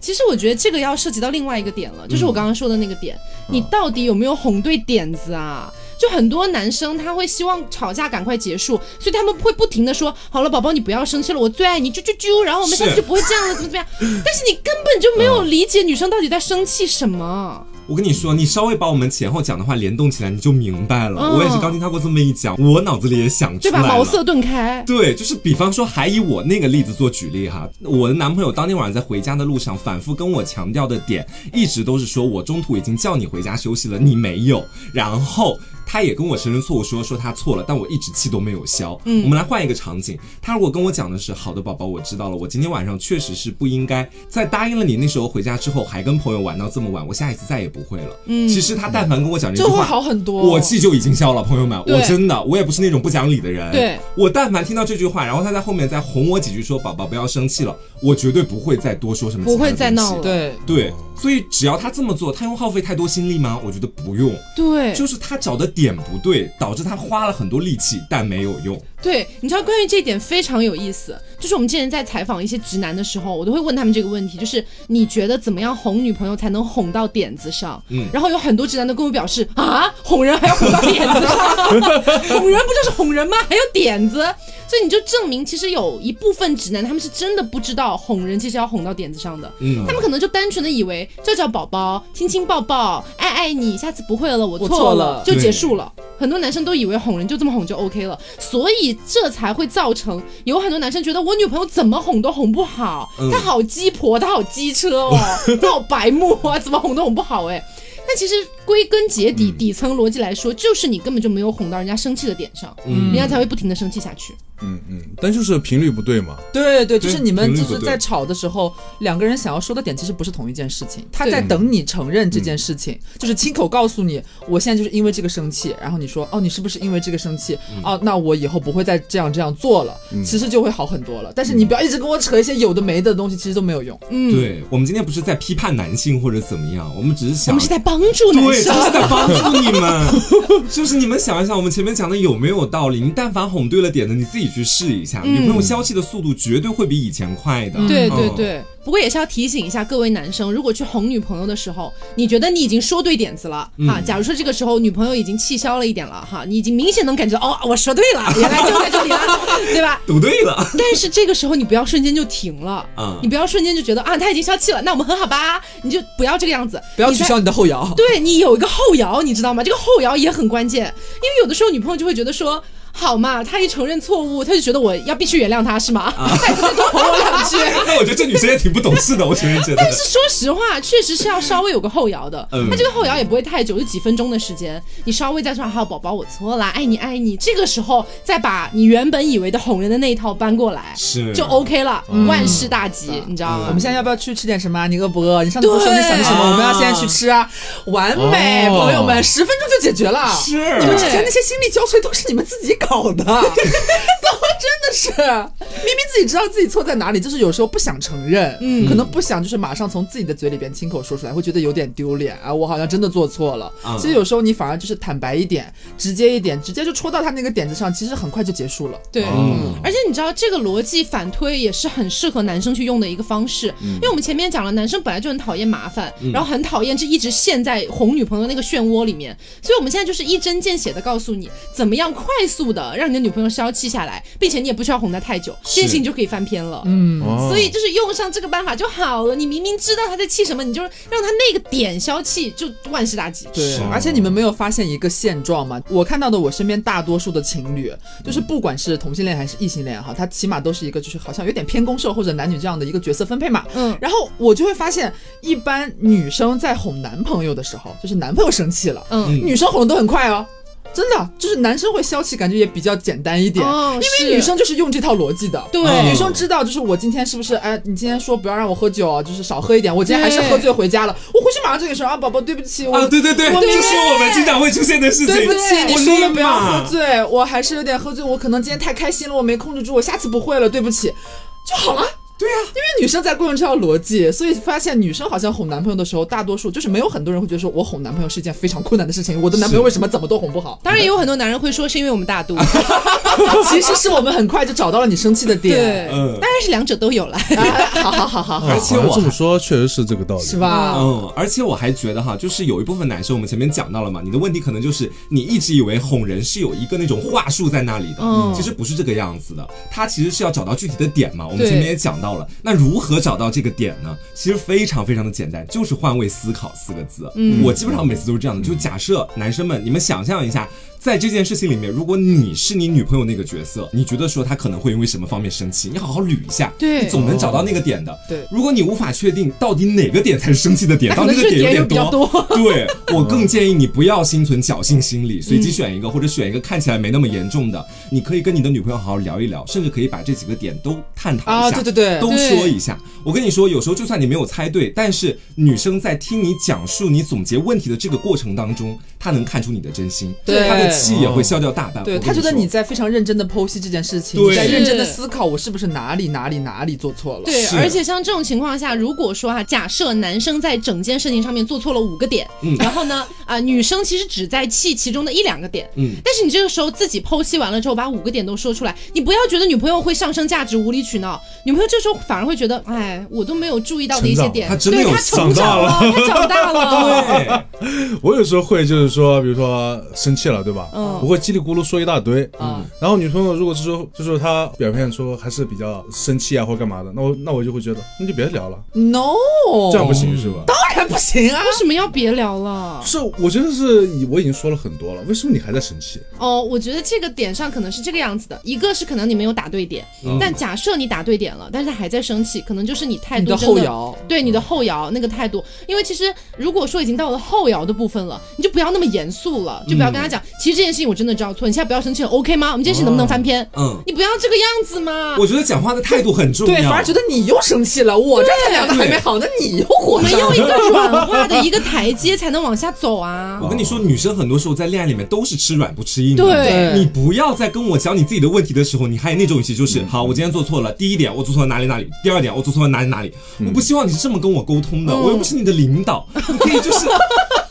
Speaker 1: 其实我觉得这个要涉及到另外一个点了，就是我
Speaker 2: 嗯
Speaker 1: 刚刚说的那个点，你到底有没有哄对点子啊？就很多男生他会希望吵架赶快结束，所以他们会不停的说：“好了，宝宝，你不要生气了，我最爱你，啾啾啾。”然后我们下次
Speaker 2: 是
Speaker 1: 就不会这样了，怎么怎么 样？但是你根本就没有理解女生到底在生气什么。
Speaker 2: 我跟你说，你稍微把我们前后讲的话联动起来，你就明白了。
Speaker 1: 嗯
Speaker 2: 我也是刚听他过这么一讲，我脑子里也想出
Speaker 1: 对
Speaker 2: 来
Speaker 1: 吧？
Speaker 2: 了。
Speaker 1: 茅塞顿开。
Speaker 2: 对，就是比方说，还以我那个例子做举例哈，我的男朋友当天晚上在回家的路上，反复跟我强调的点，一直都是说我中途已经叫你回家休息了，你没有，然后。他也跟我承认错误说，说他错了，但我一直气都没有消。嗯，我们来换一个场景，他如果跟我讲的是“好的，宝宝，我知道了，我今天晚上确实是不应该在答应了你那时候回家之后，还跟朋友玩到这么晚，我下一次再也不会了。”嗯，其实他但凡跟我讲这句
Speaker 1: 就会
Speaker 2: 话，
Speaker 1: 好很多。
Speaker 2: 我气就已经消了，朋友们，
Speaker 1: 对
Speaker 2: 我真的，我也不是那种不讲理的人。
Speaker 1: 对，
Speaker 2: 我但凡听到这句话，然后他在后面再哄我几句说“宝宝不要生气了”，我绝对不会再多说什么，
Speaker 1: 不会再闹了
Speaker 3: 对，
Speaker 2: 对，所以只要他这么做，他用耗费太多心力吗？我觉得不用，
Speaker 1: 对，
Speaker 2: 就是他找的点不对，导致他花了很多力气，但没有用。
Speaker 1: 对，你知道关于这一点非常有意思，就是我们之前在采访一些直男的时候，我都会问他们这个问题，就是你觉得怎么样哄女朋友才能哄到点子上？
Speaker 2: 嗯
Speaker 1: 然后有很多直男都跟我表示啊，哄人还要哄到点子上，哄人不就是哄人吗？还有点子，所以你就证明其实有一部分直男他们是真的不知道哄人其实要哄到点子上的，
Speaker 2: 嗯
Speaker 1: 他，们可能就单纯的以为叫叫宝宝、亲亲抱抱、爱爱你，下次不会了，我错
Speaker 3: 我错了
Speaker 1: 就结束了。很多男生都以为哄人就这么哄就 OK 了，所以这才会造成有很多男生觉得我女朋友怎么哄都哄不好，
Speaker 2: 嗯
Speaker 1: 她好鸡婆，她好机车 哦，她好白目啊，怎么哄都哄不好哎。但其实归根结嗯
Speaker 2: 嗯
Speaker 3: 嗯
Speaker 1: 底，底层逻辑来说，就是你根本就没有哄到人家生气的点上，人家才会不停的生气下去。
Speaker 4: 嗯嗯，但就是频率不对嘛。
Speaker 3: 对对，就是
Speaker 2: 对
Speaker 3: 你们
Speaker 2: 频率
Speaker 3: 就
Speaker 2: 不
Speaker 3: 是
Speaker 2: 对
Speaker 3: 在吵的时候，两个人想要说的点其实不是同一件事情。他在等你承认这件事情，就是亲口告诉你，我现在就是因为这个生气。然后你说，哦，你是不是因为这个生气？哦，那我以后不会再这样这样做了，其实就会好很多了。但是你不要一直跟我扯一些有的没的东西，其实都没有用。
Speaker 1: 嗯
Speaker 2: 对我们今天不是在批判男性或者怎么样，我们只是
Speaker 1: 我
Speaker 2: 想
Speaker 1: 们是在帮助男
Speaker 2: 对，就
Speaker 1: 生。
Speaker 2: 是在帮助你们， 就是你们想一想，我们前面讲的有没有道理？你但凡哄对了点子，你自己去试一下，女朋
Speaker 3: 嗯
Speaker 2: 友消气的速度绝对会比以前快的。
Speaker 5: 对
Speaker 2: 嗯
Speaker 5: 对，对，
Speaker 1: 不过也是要提醒一下各位男生，如果去哄女朋友的时候，你觉得你已经说对点子了、啊，
Speaker 3: 嗯
Speaker 1: 假如说这个时候女朋友已经气消了一点了哈，你已经明显能感觉到哦，我说对了，原来就在这里 了，对吧？
Speaker 2: 赌对了，
Speaker 1: 但是这个时候你不要瞬间就停了，
Speaker 3: 啊
Speaker 2: 嗯
Speaker 1: 你不要瞬间就觉得啊他已经消气了，那我们和好吧，你就不要这个样子，
Speaker 3: 不要
Speaker 1: 你
Speaker 3: 取
Speaker 1: 在
Speaker 3: 消你的后摇。
Speaker 1: 对你有一个后摇，你知道吗？这个后摇也很关键，因为有的时候女朋友就会觉得说。好嘛，他一承认错误，他就觉得我要必须原谅他，是吗？
Speaker 3: 啊
Speaker 1: 他也不能多哄我两句。
Speaker 2: 那我觉得这女生也挺不懂事的，我承认真的。
Speaker 1: 但是说实 话，确实是要稍微有个后摇的。
Speaker 2: 嗯
Speaker 1: 那这个后摇也不会太久，就几分钟的时间。你稍微再说“好宝宝，我错啦，爱你爱你”，这个时候再把你原本以为的哄人的那一套搬过来，
Speaker 2: 是嗯
Speaker 1: 就 OK 了，万事大吉，你知道吗？
Speaker 3: 我们现在要不要去吃点什么啊？你饿不饿？你上次不是说
Speaker 1: 对
Speaker 3: 你想吃什么？
Speaker 2: 啊
Speaker 3: 我们要现在去吃啊！完美，
Speaker 4: 哦
Speaker 3: 朋友们，十分钟就解决了。
Speaker 2: 是
Speaker 3: 你们之前那些心力交瘁都是你们自己搞的，都真的是明明自己知道自己错在哪里，就是有时候不想承认，嗯，可能不想就是马上从自己的嘴里边亲口说出来，会觉得有点丢脸啊，我好像真的做错了。
Speaker 2: 啊
Speaker 3: 其实有时候你反而就是坦白一点，直接一点，直接就戳到他那个点子上，其实很快就结束了。
Speaker 1: 对，
Speaker 2: 嗯
Speaker 1: 而且你知道这个逻辑反推也是很适合男生去用的一个方式，因为我们前面讲了，男生本来就很讨厌麻烦，然后很讨厌这一直陷在哄女朋友那个漩涡里面，所以我们现在就是一针见血的告诉你，怎么样快速的让你的女朋友消气下来，并且你也不需要哄她太久，这件事情就可以翻篇了。嗯，
Speaker 4: 哦
Speaker 1: 所以就是用上这个办法就好了。你明明知道她在气什么，你就让她那个点消气，就万事大吉。
Speaker 3: 对
Speaker 2: 是，
Speaker 3: 而且你们没有发现一个现状吗？我看到的我身边大多数的情侣，就是
Speaker 1: 嗯
Speaker 3: 不管是同性恋还是异性恋哈，他起码都是一个就是好像有点偏公受或者男女这样的一个角色分配嘛。
Speaker 1: 嗯
Speaker 3: 然后我就会发现，一般女生在哄男朋友的时候，就是男朋友生气了，
Speaker 1: 嗯，
Speaker 3: 女生哄得都很快哦。真的，就是男生会消气，感觉也比较简单一点，
Speaker 1: 哦
Speaker 3: 因
Speaker 1: 是
Speaker 3: 为女生就是用这套逻辑的。
Speaker 1: 对
Speaker 2: 嗯
Speaker 3: 女生知道，就是我今天是不是哎，你今天说不要让我喝酒，就是少喝一点，我今天还是
Speaker 1: 对
Speaker 3: 喝醉回家了，我回去马上就给你说啊，宝宝对不起，我、
Speaker 2: 啊，对对对，
Speaker 3: 我
Speaker 2: 这是我们经常会出现的事情。
Speaker 3: 对不起，你
Speaker 2: 我
Speaker 3: 说
Speaker 2: 立
Speaker 3: 了不要
Speaker 2: 马
Speaker 3: 喝醉，我还是有点喝醉，我可能今天太开心了，我没控制住，我下次不会了，对不起，就好了。
Speaker 2: 对啊，
Speaker 3: 因为女生在惯用这套逻辑，所以发现女生好像哄男朋友的时候，大多数就是没有很多人会觉得说我哄男朋友是一件非常困难的事情，我的男朋友为什么怎么都哄不 好？
Speaker 1: 当然也有很多男人会说是因为我们大度，
Speaker 3: 其实是我们很快就找到了你生气的点。
Speaker 1: 对，
Speaker 2: 嗯
Speaker 1: 当然是两者都有了。
Speaker 3: 啊好好好好好，
Speaker 2: 而且我
Speaker 4: 哎好像这么说确实是这个道理，
Speaker 3: 是？吧？
Speaker 2: 嗯，而且我还觉得哈，就是有一部分男生，我们前面讲到了嘛，你的问题可能就是你一直以为哄人是有一个那种话术在那里的，
Speaker 1: 嗯
Speaker 2: 其实不是这个样子的，他其实是要找到具体的点嘛。我们
Speaker 1: 对
Speaker 2: 前面也讲到了，那如何找到这个点呢？其实非常非常的简单，就是换位思考四个字。嗯，我基本上每次都是这样的，就假设男生们，你们想象一下。在这件事情里面，如果你是你女朋友那个角色，你觉得说她可能会因为什么方面生气，你好好捋一下，
Speaker 1: 对
Speaker 2: 你总能找到那个点的。
Speaker 3: 对
Speaker 2: 如果你无法确定到底哪个点才是生气的 点，
Speaker 1: 那可
Speaker 2: 到那
Speaker 1: 能
Speaker 2: 个
Speaker 1: 是
Speaker 2: 点有
Speaker 1: 点
Speaker 2: 点
Speaker 1: 又比较多
Speaker 2: 对我更建议你不要心存侥幸心
Speaker 3: 嗯
Speaker 2: 理，随机选一个、或者选一个看起来没那么严重的，你可以跟你的女朋友好好聊一聊，甚至可以把这几个点都探讨一
Speaker 3: 嗯啊，
Speaker 2: 下。
Speaker 3: 对对对，
Speaker 2: 都说一下，我跟你说，有时候就算你没有猜对，但是女生在听你讲述、你总结问题的这个过程当中，她能看出你的真心，
Speaker 3: 对
Speaker 2: 她的气也会消掉大半。
Speaker 3: 对
Speaker 2: 我跟
Speaker 3: 他觉得
Speaker 2: 说
Speaker 3: 你在非常认真的剖析这件事情，
Speaker 2: 对
Speaker 3: 你在认真的
Speaker 1: 是
Speaker 3: 思考我是不是哪里哪里哪里做错了。
Speaker 1: 对，
Speaker 2: 是
Speaker 1: 而且像这种情况下，如果说哈、啊假设男生在整件事情上面做错了五个点，
Speaker 2: 嗯
Speaker 1: 然后呢，啊、女生其实只在气其中的一两个点，
Speaker 2: 嗯
Speaker 1: 但是你这个时候自己剖析完了之后，把五个点都说出来，你不要觉得女朋友会上升价值、无理取闹，女朋友这时候反而会觉得，哎，我都没有注意到的一些点，
Speaker 2: 成长她真的
Speaker 1: 对
Speaker 2: 有
Speaker 1: 她成长了，她长大 了，
Speaker 2: 对，
Speaker 4: 我有时候会就是说，比如说生气了，对吧？
Speaker 1: 嗯
Speaker 4: 我会叽里咕噜说一大堆。
Speaker 3: 嗯，
Speaker 4: 然后女朋友如果是说，就是她表现出还是比较生气啊，或者干嘛的，那我那我就会觉得那就别聊了，
Speaker 3: No，
Speaker 4: 这样不行是吧？
Speaker 3: 哦 当然不不行啊！
Speaker 1: 为什么要别聊了
Speaker 4: 不？是，我觉得是以我已经说了很多了，为什么你还在生气？
Speaker 1: 哦，我觉得这个点上可能是这个样子的，一个是可能你没有打对点，
Speaker 3: 嗯
Speaker 1: 但假设你打对点了，但是他还在生气，可能就是你态
Speaker 3: 你
Speaker 1: 度
Speaker 3: 的
Speaker 1: 真
Speaker 3: 后
Speaker 1: 的。
Speaker 3: 摇，嗯
Speaker 1: 对你的后摇那个态度，因为其实如果说已经到了后摇的部分了，你就不要那么严肃了，就不要跟他
Speaker 3: 嗯
Speaker 1: 讲，其实这件事情我真的知道错，你现在不要生气了，OK 吗？我们这件事情能不能翻篇？
Speaker 2: 嗯
Speaker 1: 你不要这个样子嘛。
Speaker 2: 我觉得讲话的态度很重要。
Speaker 3: 对，反而觉得你又生气了，我这才聊的还没好呢，你又火
Speaker 1: 我们
Speaker 3: 上
Speaker 1: 用
Speaker 3: 了
Speaker 1: 一。 个 软化的一个台阶才能往下走啊。
Speaker 3: 嗯
Speaker 2: 我跟你说，女生很多时候在恋爱里面都是吃软不吃硬的。
Speaker 1: 对
Speaker 2: 你不要在跟我讲你自己的问题的时候，你还有那种语气，就是、好，我今天做错了。第一点，我做错了哪里哪里；第二点，我做错了哪里哪里。我不希望你是这么跟我沟通的，我又不是你的领导，你可以就是。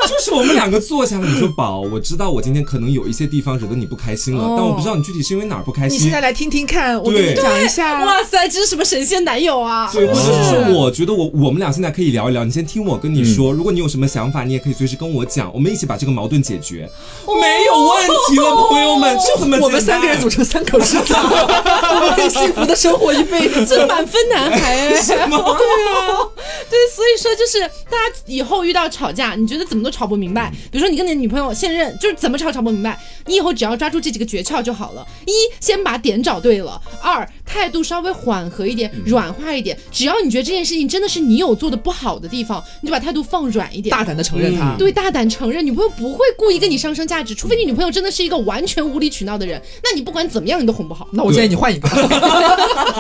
Speaker 2: 就是我们两个坐下来，你说宝，我知道我今天可能有一些地方惹得你不开心了，
Speaker 1: 哦
Speaker 2: 但我不知道你具体是因为哪儿不开
Speaker 3: 你现
Speaker 2: 心
Speaker 3: 在。来听听看，我
Speaker 2: 对
Speaker 3: 给你讲一下。
Speaker 1: 哇塞，这是什么神仙男友啊？
Speaker 2: 对，或者
Speaker 4: 哦
Speaker 2: 是说，我觉得我我们俩现在可以聊一聊，你先听我跟你
Speaker 4: 嗯
Speaker 2: 说，如果你有什么想法，你也可以随时跟我讲，我们一起把这个矛盾解决，
Speaker 1: 哦
Speaker 2: 没有问题了，朋友们，就这么
Speaker 3: 我们
Speaker 2: 简
Speaker 3: 三个人
Speaker 2: 单
Speaker 3: 组成三口之家， 我们可以幸福的生活一 辈子。
Speaker 1: 这满分男孩 哎，对啊，对，所以说就是大家以后遇到吵架，你觉得怎么都吵不明白，比如说你跟你的女朋友现任就是怎么吵吵不明白，你以后只要抓住这几个诀窍就好了：一，先把点找对了；二，态度稍微缓和一点、
Speaker 3: 嗯
Speaker 1: 软化一点。只要你觉得这件事情真的是你有做的不好的地方，你就把态度放软一点，
Speaker 3: 大胆的承认他，
Speaker 1: 对，大胆承认，女朋友不会故意跟你上升价值，除非你女朋友真的是一个完全无理取闹的人，那你不管怎么样，你都哄不好。
Speaker 3: 那我建议你 换一个。
Speaker 4: 而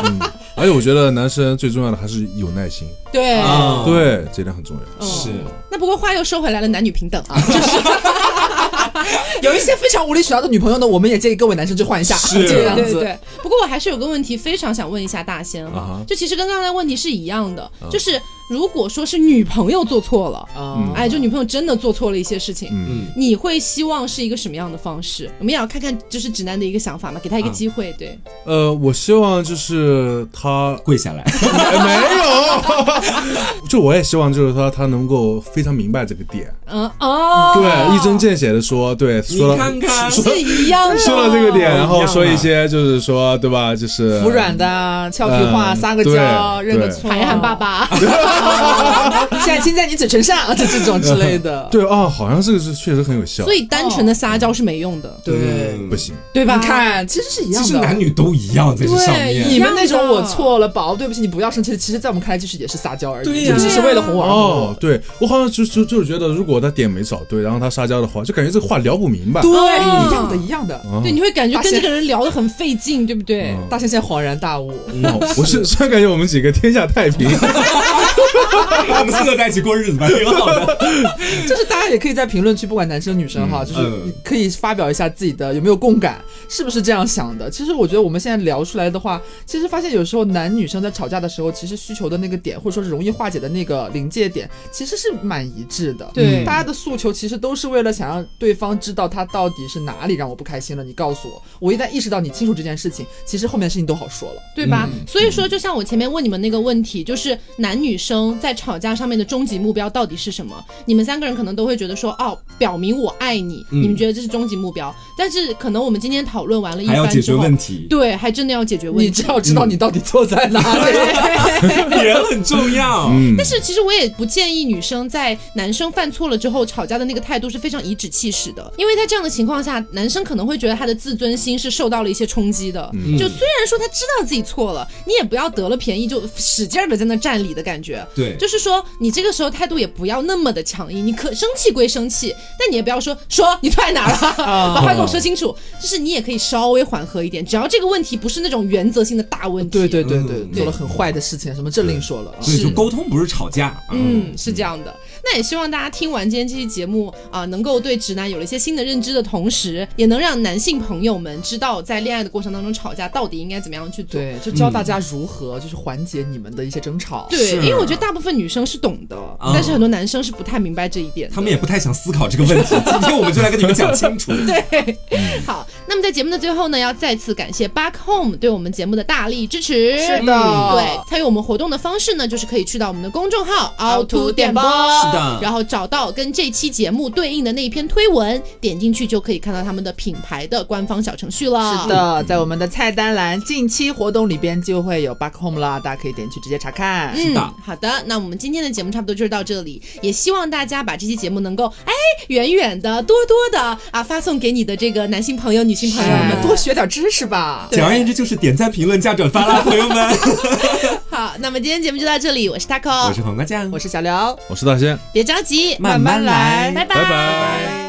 Speaker 4: 且哎我觉得男生最重要的还是有耐心，
Speaker 1: 对，
Speaker 2: 啊，
Speaker 4: 对，这点很重要。
Speaker 1: 嗯
Speaker 2: 是。
Speaker 1: 那不过话又说回来了，男女平等 啊，就是
Speaker 3: 有一些非常无理取闹的女朋友呢，我们也建议各位男生去换一下，
Speaker 2: 是
Speaker 3: 这个样
Speaker 1: 对对
Speaker 3: 子。
Speaker 1: 对。不过我还是有个问题，非常想问一下大仙哈、
Speaker 4: 啊哈嗯
Speaker 1: 就其实跟刚才问题是一样的，就是如果说是女朋友做错了，
Speaker 3: 嗯，
Speaker 1: 哎，就女朋友真的做错了一些事情。
Speaker 4: 嗯
Speaker 1: 你会希望是一个什么样的方式？我们也要看看就是直男的一个想法嘛，给他一个机会，对，
Speaker 4: 呃，我希望就是他
Speaker 2: 跪下来，
Speaker 4: 就我也希望就是说他能够非常明白这个点，
Speaker 1: 嗯哦，
Speaker 4: 对，一针见血的说，对，说
Speaker 2: 你
Speaker 4: 了
Speaker 2: 看看，
Speaker 1: 是一样
Speaker 3: 啊
Speaker 1: 的，
Speaker 4: 说了这个点，然
Speaker 2: 一
Speaker 4: 后
Speaker 2: 样啊
Speaker 4: 说一
Speaker 2: 嘛
Speaker 4: 些就是说对吧，就是
Speaker 3: 服软的啊，俏皮话，
Speaker 4: 嗯
Speaker 3: 撒个娇，
Speaker 4: 对
Speaker 3: 认个
Speaker 4: 对
Speaker 3: 错，
Speaker 1: 喊一喊爸。爸，
Speaker 3: 现在亲在你嘴唇上，就这种之类的。
Speaker 4: 对啊，好像这个是确实很有效，
Speaker 1: 所以单纯的撒娇是没用的，
Speaker 3: 对，
Speaker 2: 嗯
Speaker 4: 不，行，
Speaker 1: 对吧？
Speaker 3: 你看，其实是一样
Speaker 2: 其
Speaker 3: 的。
Speaker 2: 实男女都一样在这上面
Speaker 1: 对。
Speaker 3: 你们那种
Speaker 1: 一样的
Speaker 3: 我错了，宝，对不起，你不要生气。其实，在我们看来，就是也是撒娇而已，
Speaker 2: 对呀
Speaker 3: 就只是为了哄我而
Speaker 4: 哦
Speaker 3: 哄。，
Speaker 4: 对我好像就就就是觉得，如果他点没找对，然后他撒娇的话，就感觉这个话聊不明白。
Speaker 3: 对，一样的，一样的。
Speaker 1: 对，你会感觉
Speaker 3: 大
Speaker 1: 跟
Speaker 3: 仙
Speaker 1: 这个人聊得很费劲，对不对？
Speaker 4: 嗯
Speaker 3: 大仙现在恍然大悟，
Speaker 4: 哦我是突然感觉我们几个天下 太平，
Speaker 2: 我们四个在一起过日子吧，挺好 的。
Speaker 3: 就是大家也可以在评论区，不管男生女生哈，就是
Speaker 2: 嗯
Speaker 3: 你可以发表一下自己的有没有共感，是不是这样想的？其实我觉得我们现在聊出来的话，其实发现有时候男女生在吵架的时候，其实需求的那个点，或者说是容易化解的那个临界点，其实是蛮一致的。
Speaker 1: 对
Speaker 3: 大家的诉求其实都是为了想让对方知道他到底是哪里让我不开心了。你告诉我，我一旦意识到你清楚这件事情，其实后面的事情都好说了。
Speaker 1: 对吧？
Speaker 2: 嗯
Speaker 1: 所以说，就像我前面问你们那个问题，就是男女生在吵架上面的终极目标到底是什么？你们三个人可能都会觉得说，哦，表明我爱你，
Speaker 2: 嗯
Speaker 1: 你们觉得这是终极目标。但是可能我们今天讨论完了一
Speaker 2: 还要
Speaker 1: 番
Speaker 2: 解
Speaker 1: 之
Speaker 2: 决
Speaker 1: 后，
Speaker 2: 问题，
Speaker 1: 对，还真的要解决问
Speaker 3: 你
Speaker 1: 题
Speaker 3: 只。要知道你到底错在哪 里。
Speaker 2: 人很重要。
Speaker 4: 嗯
Speaker 1: 但，是其实我也不建议女生在男生犯错了之后吵架的那个态度是非常颐指气使的，因为在这样的情况下，男生可能会觉得他的自尊心是受到了一些冲击的。
Speaker 2: 嗯
Speaker 1: 就虽然说他知道自己错了，你也不要得了便宜就使劲的在那占理的感觉。
Speaker 2: 对，
Speaker 1: 就是说，你这个时候态度也不要那么的强硬，你可生气归生气，但你也不要说说你错在哪儿
Speaker 3: 啊
Speaker 1: 了，把话给我说清楚。就是你也可以稍微缓和一点，只要这个问题不是那种原则性的大问题。
Speaker 3: 对对对对，
Speaker 2: 嗯
Speaker 3: 做了很坏的事情，什么这另说了啊。
Speaker 2: 所以就沟通不是吵架。嗯，
Speaker 1: 嗯，是这样的。那也希望大家听完今天这期节目啊、能够对直男有了一些新的认知的同时，也能让男性朋友们知道，在恋爱的过程当中吵架到底应该怎么样去做。
Speaker 3: 对，就教大家如何就是缓解你们的一些争吵。
Speaker 1: 对，
Speaker 2: 是
Speaker 1: 因为我觉得大部分女生是懂的，
Speaker 3: 啊
Speaker 1: 但是很多男生是不太明白这一点的。
Speaker 2: 他们也不太想思考这个问题。今天我们就来跟你们讲清楚。
Speaker 1: 对， 好，那么在节目的最后呢，要再次感谢 Back Home 对我们节目的大力支持。
Speaker 3: 是的
Speaker 1: 对，参与我们活动的方式呢，就是可以去到我们的公众号凹凸电波，
Speaker 2: 是的
Speaker 1: 然后找到跟这期节目对应的那一篇推文，点进去就可以看到他们的品牌的官方小程序了。
Speaker 3: 是，的，在我们的菜单栏近期活动里边就会有 Back Home 啦，大家可以点去直接查看。
Speaker 1: 嗯
Speaker 2: 的，
Speaker 1: 好的，的，那我们今天的节目差不多就是到这里，也希望大家把这期节目能够哎远远的、多多的啊发送给你的这个男性朋友、女性朋友们。
Speaker 3: 哎多学点知识吧。
Speaker 2: 简而言之就是点赞、评论、加转发啦，朋友们。
Speaker 1: 好，那么今天节目就到这里，我是 taco，
Speaker 2: 我是黄瓜酱，
Speaker 3: 我是小刘，
Speaker 4: 我是大仙，
Speaker 1: 别着急，
Speaker 3: 慢慢来
Speaker 1: 拜
Speaker 4: 拜拜